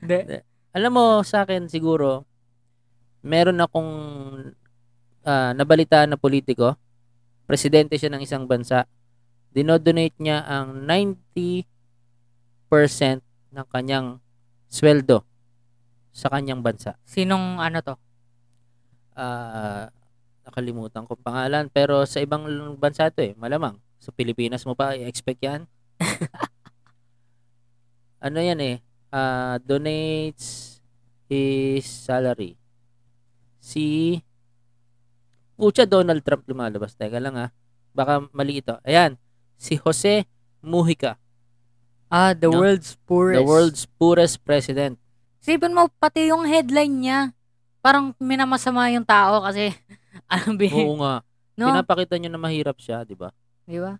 Hindi. Alam mo sa akin siguro meron akong ah, nabalitaan na politiko. Presidente siya ng isang bansa. Dinodonate niya ang 90% ng kanyang sweldo sa kanyang bansa. Sinong ano to? ah nakalimutan ko pangalan pero sa ibang bansa to eh malamang sa Pilipinas mo pa i-expect yan ano yan eh ah, donates his salary si Pucha Donald Trump lumalabas teka lang ah baka mali ito ayan si Jose Mujica Ah, the No. world's poorest. the world's poorest president Isipin mo, pati yung headline niya, parang minamasama yung tao kasi, alam bihin. oo nga No? pinapakita niya na mahirap siya di ba Di ba?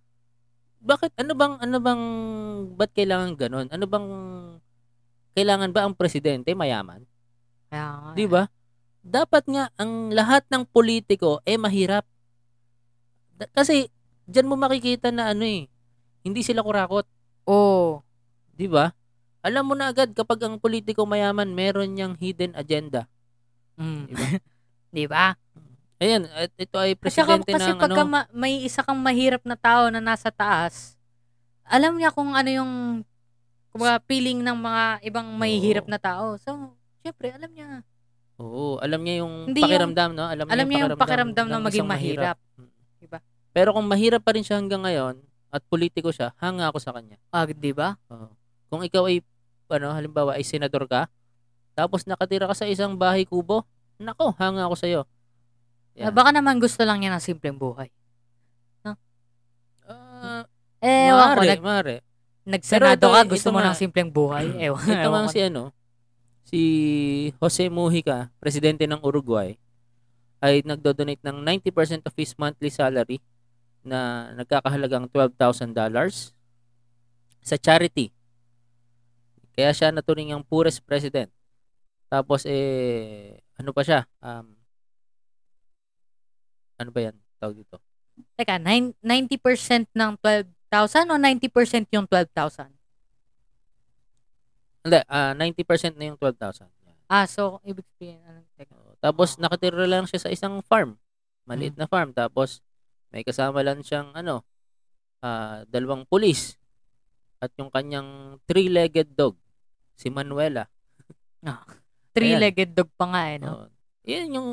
bakit ano bang ano bang ba't kailangan ganun? Ano bang kailangan ba ang presidente mayaman? Kaya nga. eh. 'Di ba? Dapat nga ang lahat ng politiko eh mahirap. Da- kasi diyan mo makikita na ano eh hindi sila kurakot, Oo. 'di ba? Alam mo na agad kapag ang politiko mayaman, meron niyang hidden agenda. Mm. Diba? Di ba? Ayan, at ito ay At saka presidente kasi ng pagka ano. ma- may isa kang mahirap na tao na nasa taas, alam niya kung ano yung kumbaga, feeling ng mga ibang mahihirap na tao. So, syempre, alam niya. Oo, alam niya yung Hindi yung- pakiramdam, no? Alam, Alam niya yung pakiramdam na ng maging isang mahirap. Pero kung mahirap pa rin siya hanggang ngayon at politiko siya, hanga ako sa kanya. Ah, di ba? Oo. Kung ikaw ay ano, halimbawa ay senador ka, tapos nakatira ka sa isang bahay kubo, nako, hanga ako sa iyo. Ah, Baka naman gusto lang niya ng simpleng buhay. Uh, Eh, ewan Hmm. ko. maaari, Nag- maaari. nagsenado Pero ito- ka, ito gusto mo nga. ng simpleng buhay. Ewan. Ito ewan nga ko. si ano, si Jose Mujica, presidente ng Uruguay, ay nagdo-donate ng 90% of his monthly salary na nagkakahalagang $12,000 sa charity. Kaya siya naturing ang poorest president. Tapos eh ano pa siya? Um, ano ba 'yan? Tawag dito. Teka, nine- 90% ng 12,000 o 90% yung 12,000? Hindi, ah, 90% na yung 12,000. Yan. Ah, so, ibig sabihin, ano, teka. Oo. Tapos nakatira lang siya sa isang farm. Maliit na farm. Tapos may kasama lang siyang ano, ah, dalawang pulis at yung kanyang three-legged dog, si Manuela. Three-legged dog pa nga eh, no? Oo. Yan yung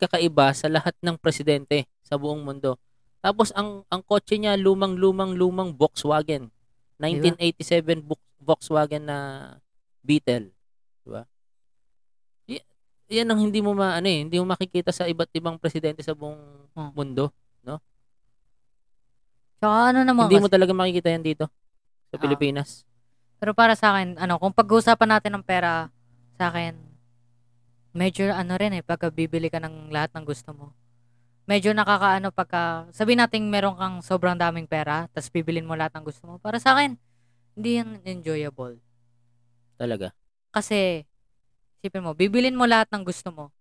kakaiba sa lahat ng presidente sa buong mundo. Tapos ang ang kotse niya lumang-lumang-lumang Volkswagen. 1987 Vok- Volkswagen na Beetle, 'di ba? Y- yan ang hindi mo maano eh, hindi mo makikita sa iba't ibang presidente sa buong Hmm. mundo. Tsaka ano naman Hindi mo kasi- talaga makikita yan dito sa Ah. Pilipinas. pero para sa akin, ano, kung pag-uusapan natin ng pera, sa akin, medyo ano rin eh, pagka bibili ka ng lahat ng gusto mo. Medyo nakakaano pagka, sabi natin meron kang sobrang daming pera, tapos bibilin mo lahat ng gusto mo. Para sa akin, hindi yan enjoyable. Talaga. Kasi, isipin mo, bibilin mo lahat ng gusto mo.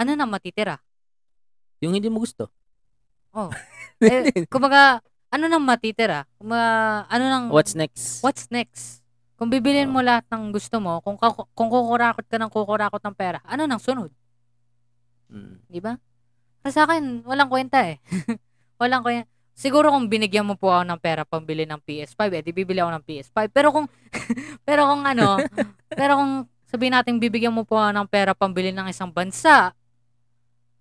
Ano na matitira? Yung hindi mo gusto. Eh, kumbaga, ano nang matitira? Kumbaga, ano nang... What's next? Ah. what's next? Kung bibilin mo lahat ng gusto mo, kung, ka- kung kukurakot ka ng kukurakot ng pera, ano nang sunod? Mm. Di ba? Para sa akin, walang kwenta eh. walang kwenta. Siguro kung binigyan mo po ako ng pera pambili ng PS5, eh, di bibili ako ng PS5. Pero kung, pero kung ano, pero kung sabihin natin bibigyan mo po ako ng pera pambili ng isang bansa,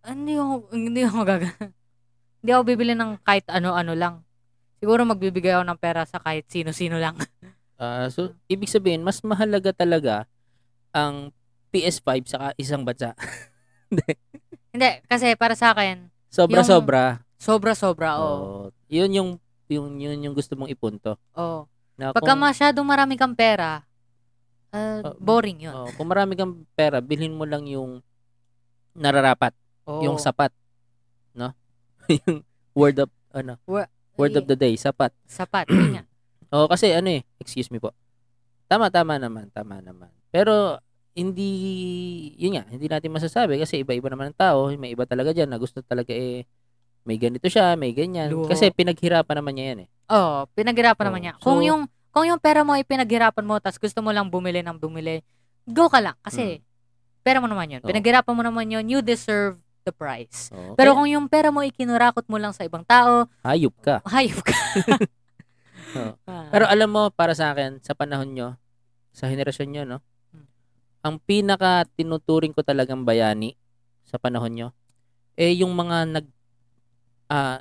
hindi ako, hindi ako gaga. hindi ako bibili ng kahit ano-ano lang. Siguro magbibigay ako ng pera sa kahit sino-sino lang. Ah, so, ibig sabihin, mas mahalaga talaga ang PS5 sa isang bansa. Hindi, kasi para sa akin, Sobra-sobra. sobra-sobra, oo. Oo. yun yung yung yun yung gusto mong ipunto. oo. Na Pagka kung, masyadong marami kang pera, uh, Ah, boring yun. oo, kung marami kang pera, bilhin mo lang yung nararapat, Oo. yung sapat, no? yung word of ano, word of the day, sapat. Sapat, yun nga. Oo, kasi ano eh, excuse me po. Tama tama naman, tama naman. Pero hindi yun nga, hindi natin masasabi kasi iba-iba naman ang tao, may iba talaga diyan na gusto talaga eh may ganito siya, may ganyan. Luho. Kasi pinaghirapan naman niya yan eh. Oo, pinaghirapan naman Oo. niya. Kung Oh, So- yung kung yung pera mo ay pinaghirapan mo tapos gusto mo lang bumili ng bumili, go ka lang kasi pera mo naman yun. Hmm. Oo. Pinaghirapan mo naman yun, you deserve the price. Oo, Pero kaya kung yung pera mo ay kinurakot mo lang sa ibang tao, hayop ka. hayop ka. Oo. Ah. Pero alam mo, para sa akin, sa panahon nyo, sa henerasyon nyo, no? Hmm. Ang pinaka tinuturing ko talagang bayani sa panahon nyo, eh yung mga nag, ah,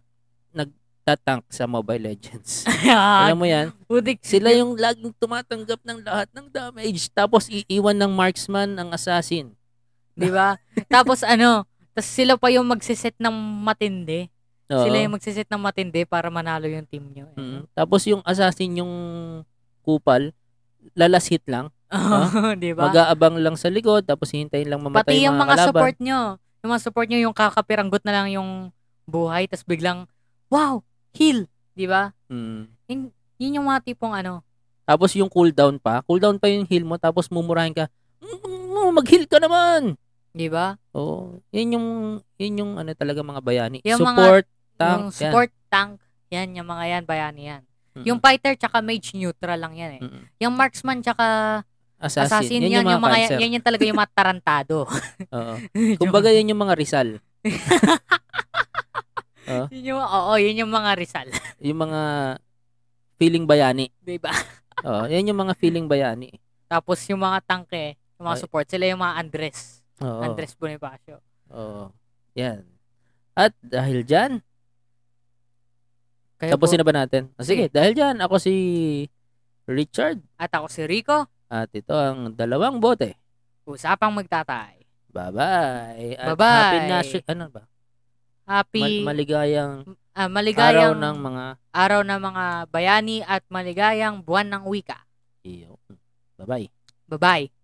nagtatank sa Mobile Legends. Ah. alam mo yan? Budik. Sila yung laging tumatanggap ng lahat ng damage. Tapos iiwan ng marksman ang assassin. Di ba? Tapos ano, tapos sila pa yung magsiset ng matindi. Oo. Sila yung magsiset ng matindi para manalo yung team nyo. eh. Mm. Tapos yung assassin, yung kupal, lalas hit lang. Oo, Ah? di ba? Mag-aabang lang sa likod, tapos hihintayin lang mamatay Diba? Pati yung mga, kalaban. support nyo. Yung mga support nyo, yung kakapiranggot na lang yung buhay, tapos biglang, wow, heal. Di ba? Mm. Yun yung mga tipong ano. Tapos yung cooldown pa, cooldown pa yung heal mo, tapos mumurahin ka, "Mm, mag-heal ka naman! Di ba? Oo. Yan yung, yun yung ano talaga mga bayani. Yung mga- support, tank, Yung yan. support tank. Yan, yung mga yan, bayani yan. Mm-mm. Yung fighter tsaka mage neutral lang yan eh. Mm-mm. Yung marksman tsaka Mm-hmm. Assassin. assassin, yan, yan, yung mga, cancer. yan, yan talaga yung mga tarantado. Oo. Joke. Kumbaga yan yung mga Rizal. yun yung, oo, yun yung mga Rizal. Yung mga feeling bayani. Di ba? Oo. Yan yung mga feeling bayani. Tapos yung mga tanke, yung mga Ay. Oh. support, sila yung mga Andres. Oo. Andres Bonifacio. Oo. Yan. At dahil dyan, Kayo po, tapusin na ba natin? Ah, sige, dahil dyan, ako si Richard at ako si Rico, at ito ang dalawang bote. usapang magtatay. Bye-bye. At Bye-bye. Happy nation, ano ba? Happy Mal- maligayang Araw Ah, maligayang ng mga araw ng mga bayani at maligayang buwan ng wika. iyo. Bye-bye. Bye-bye.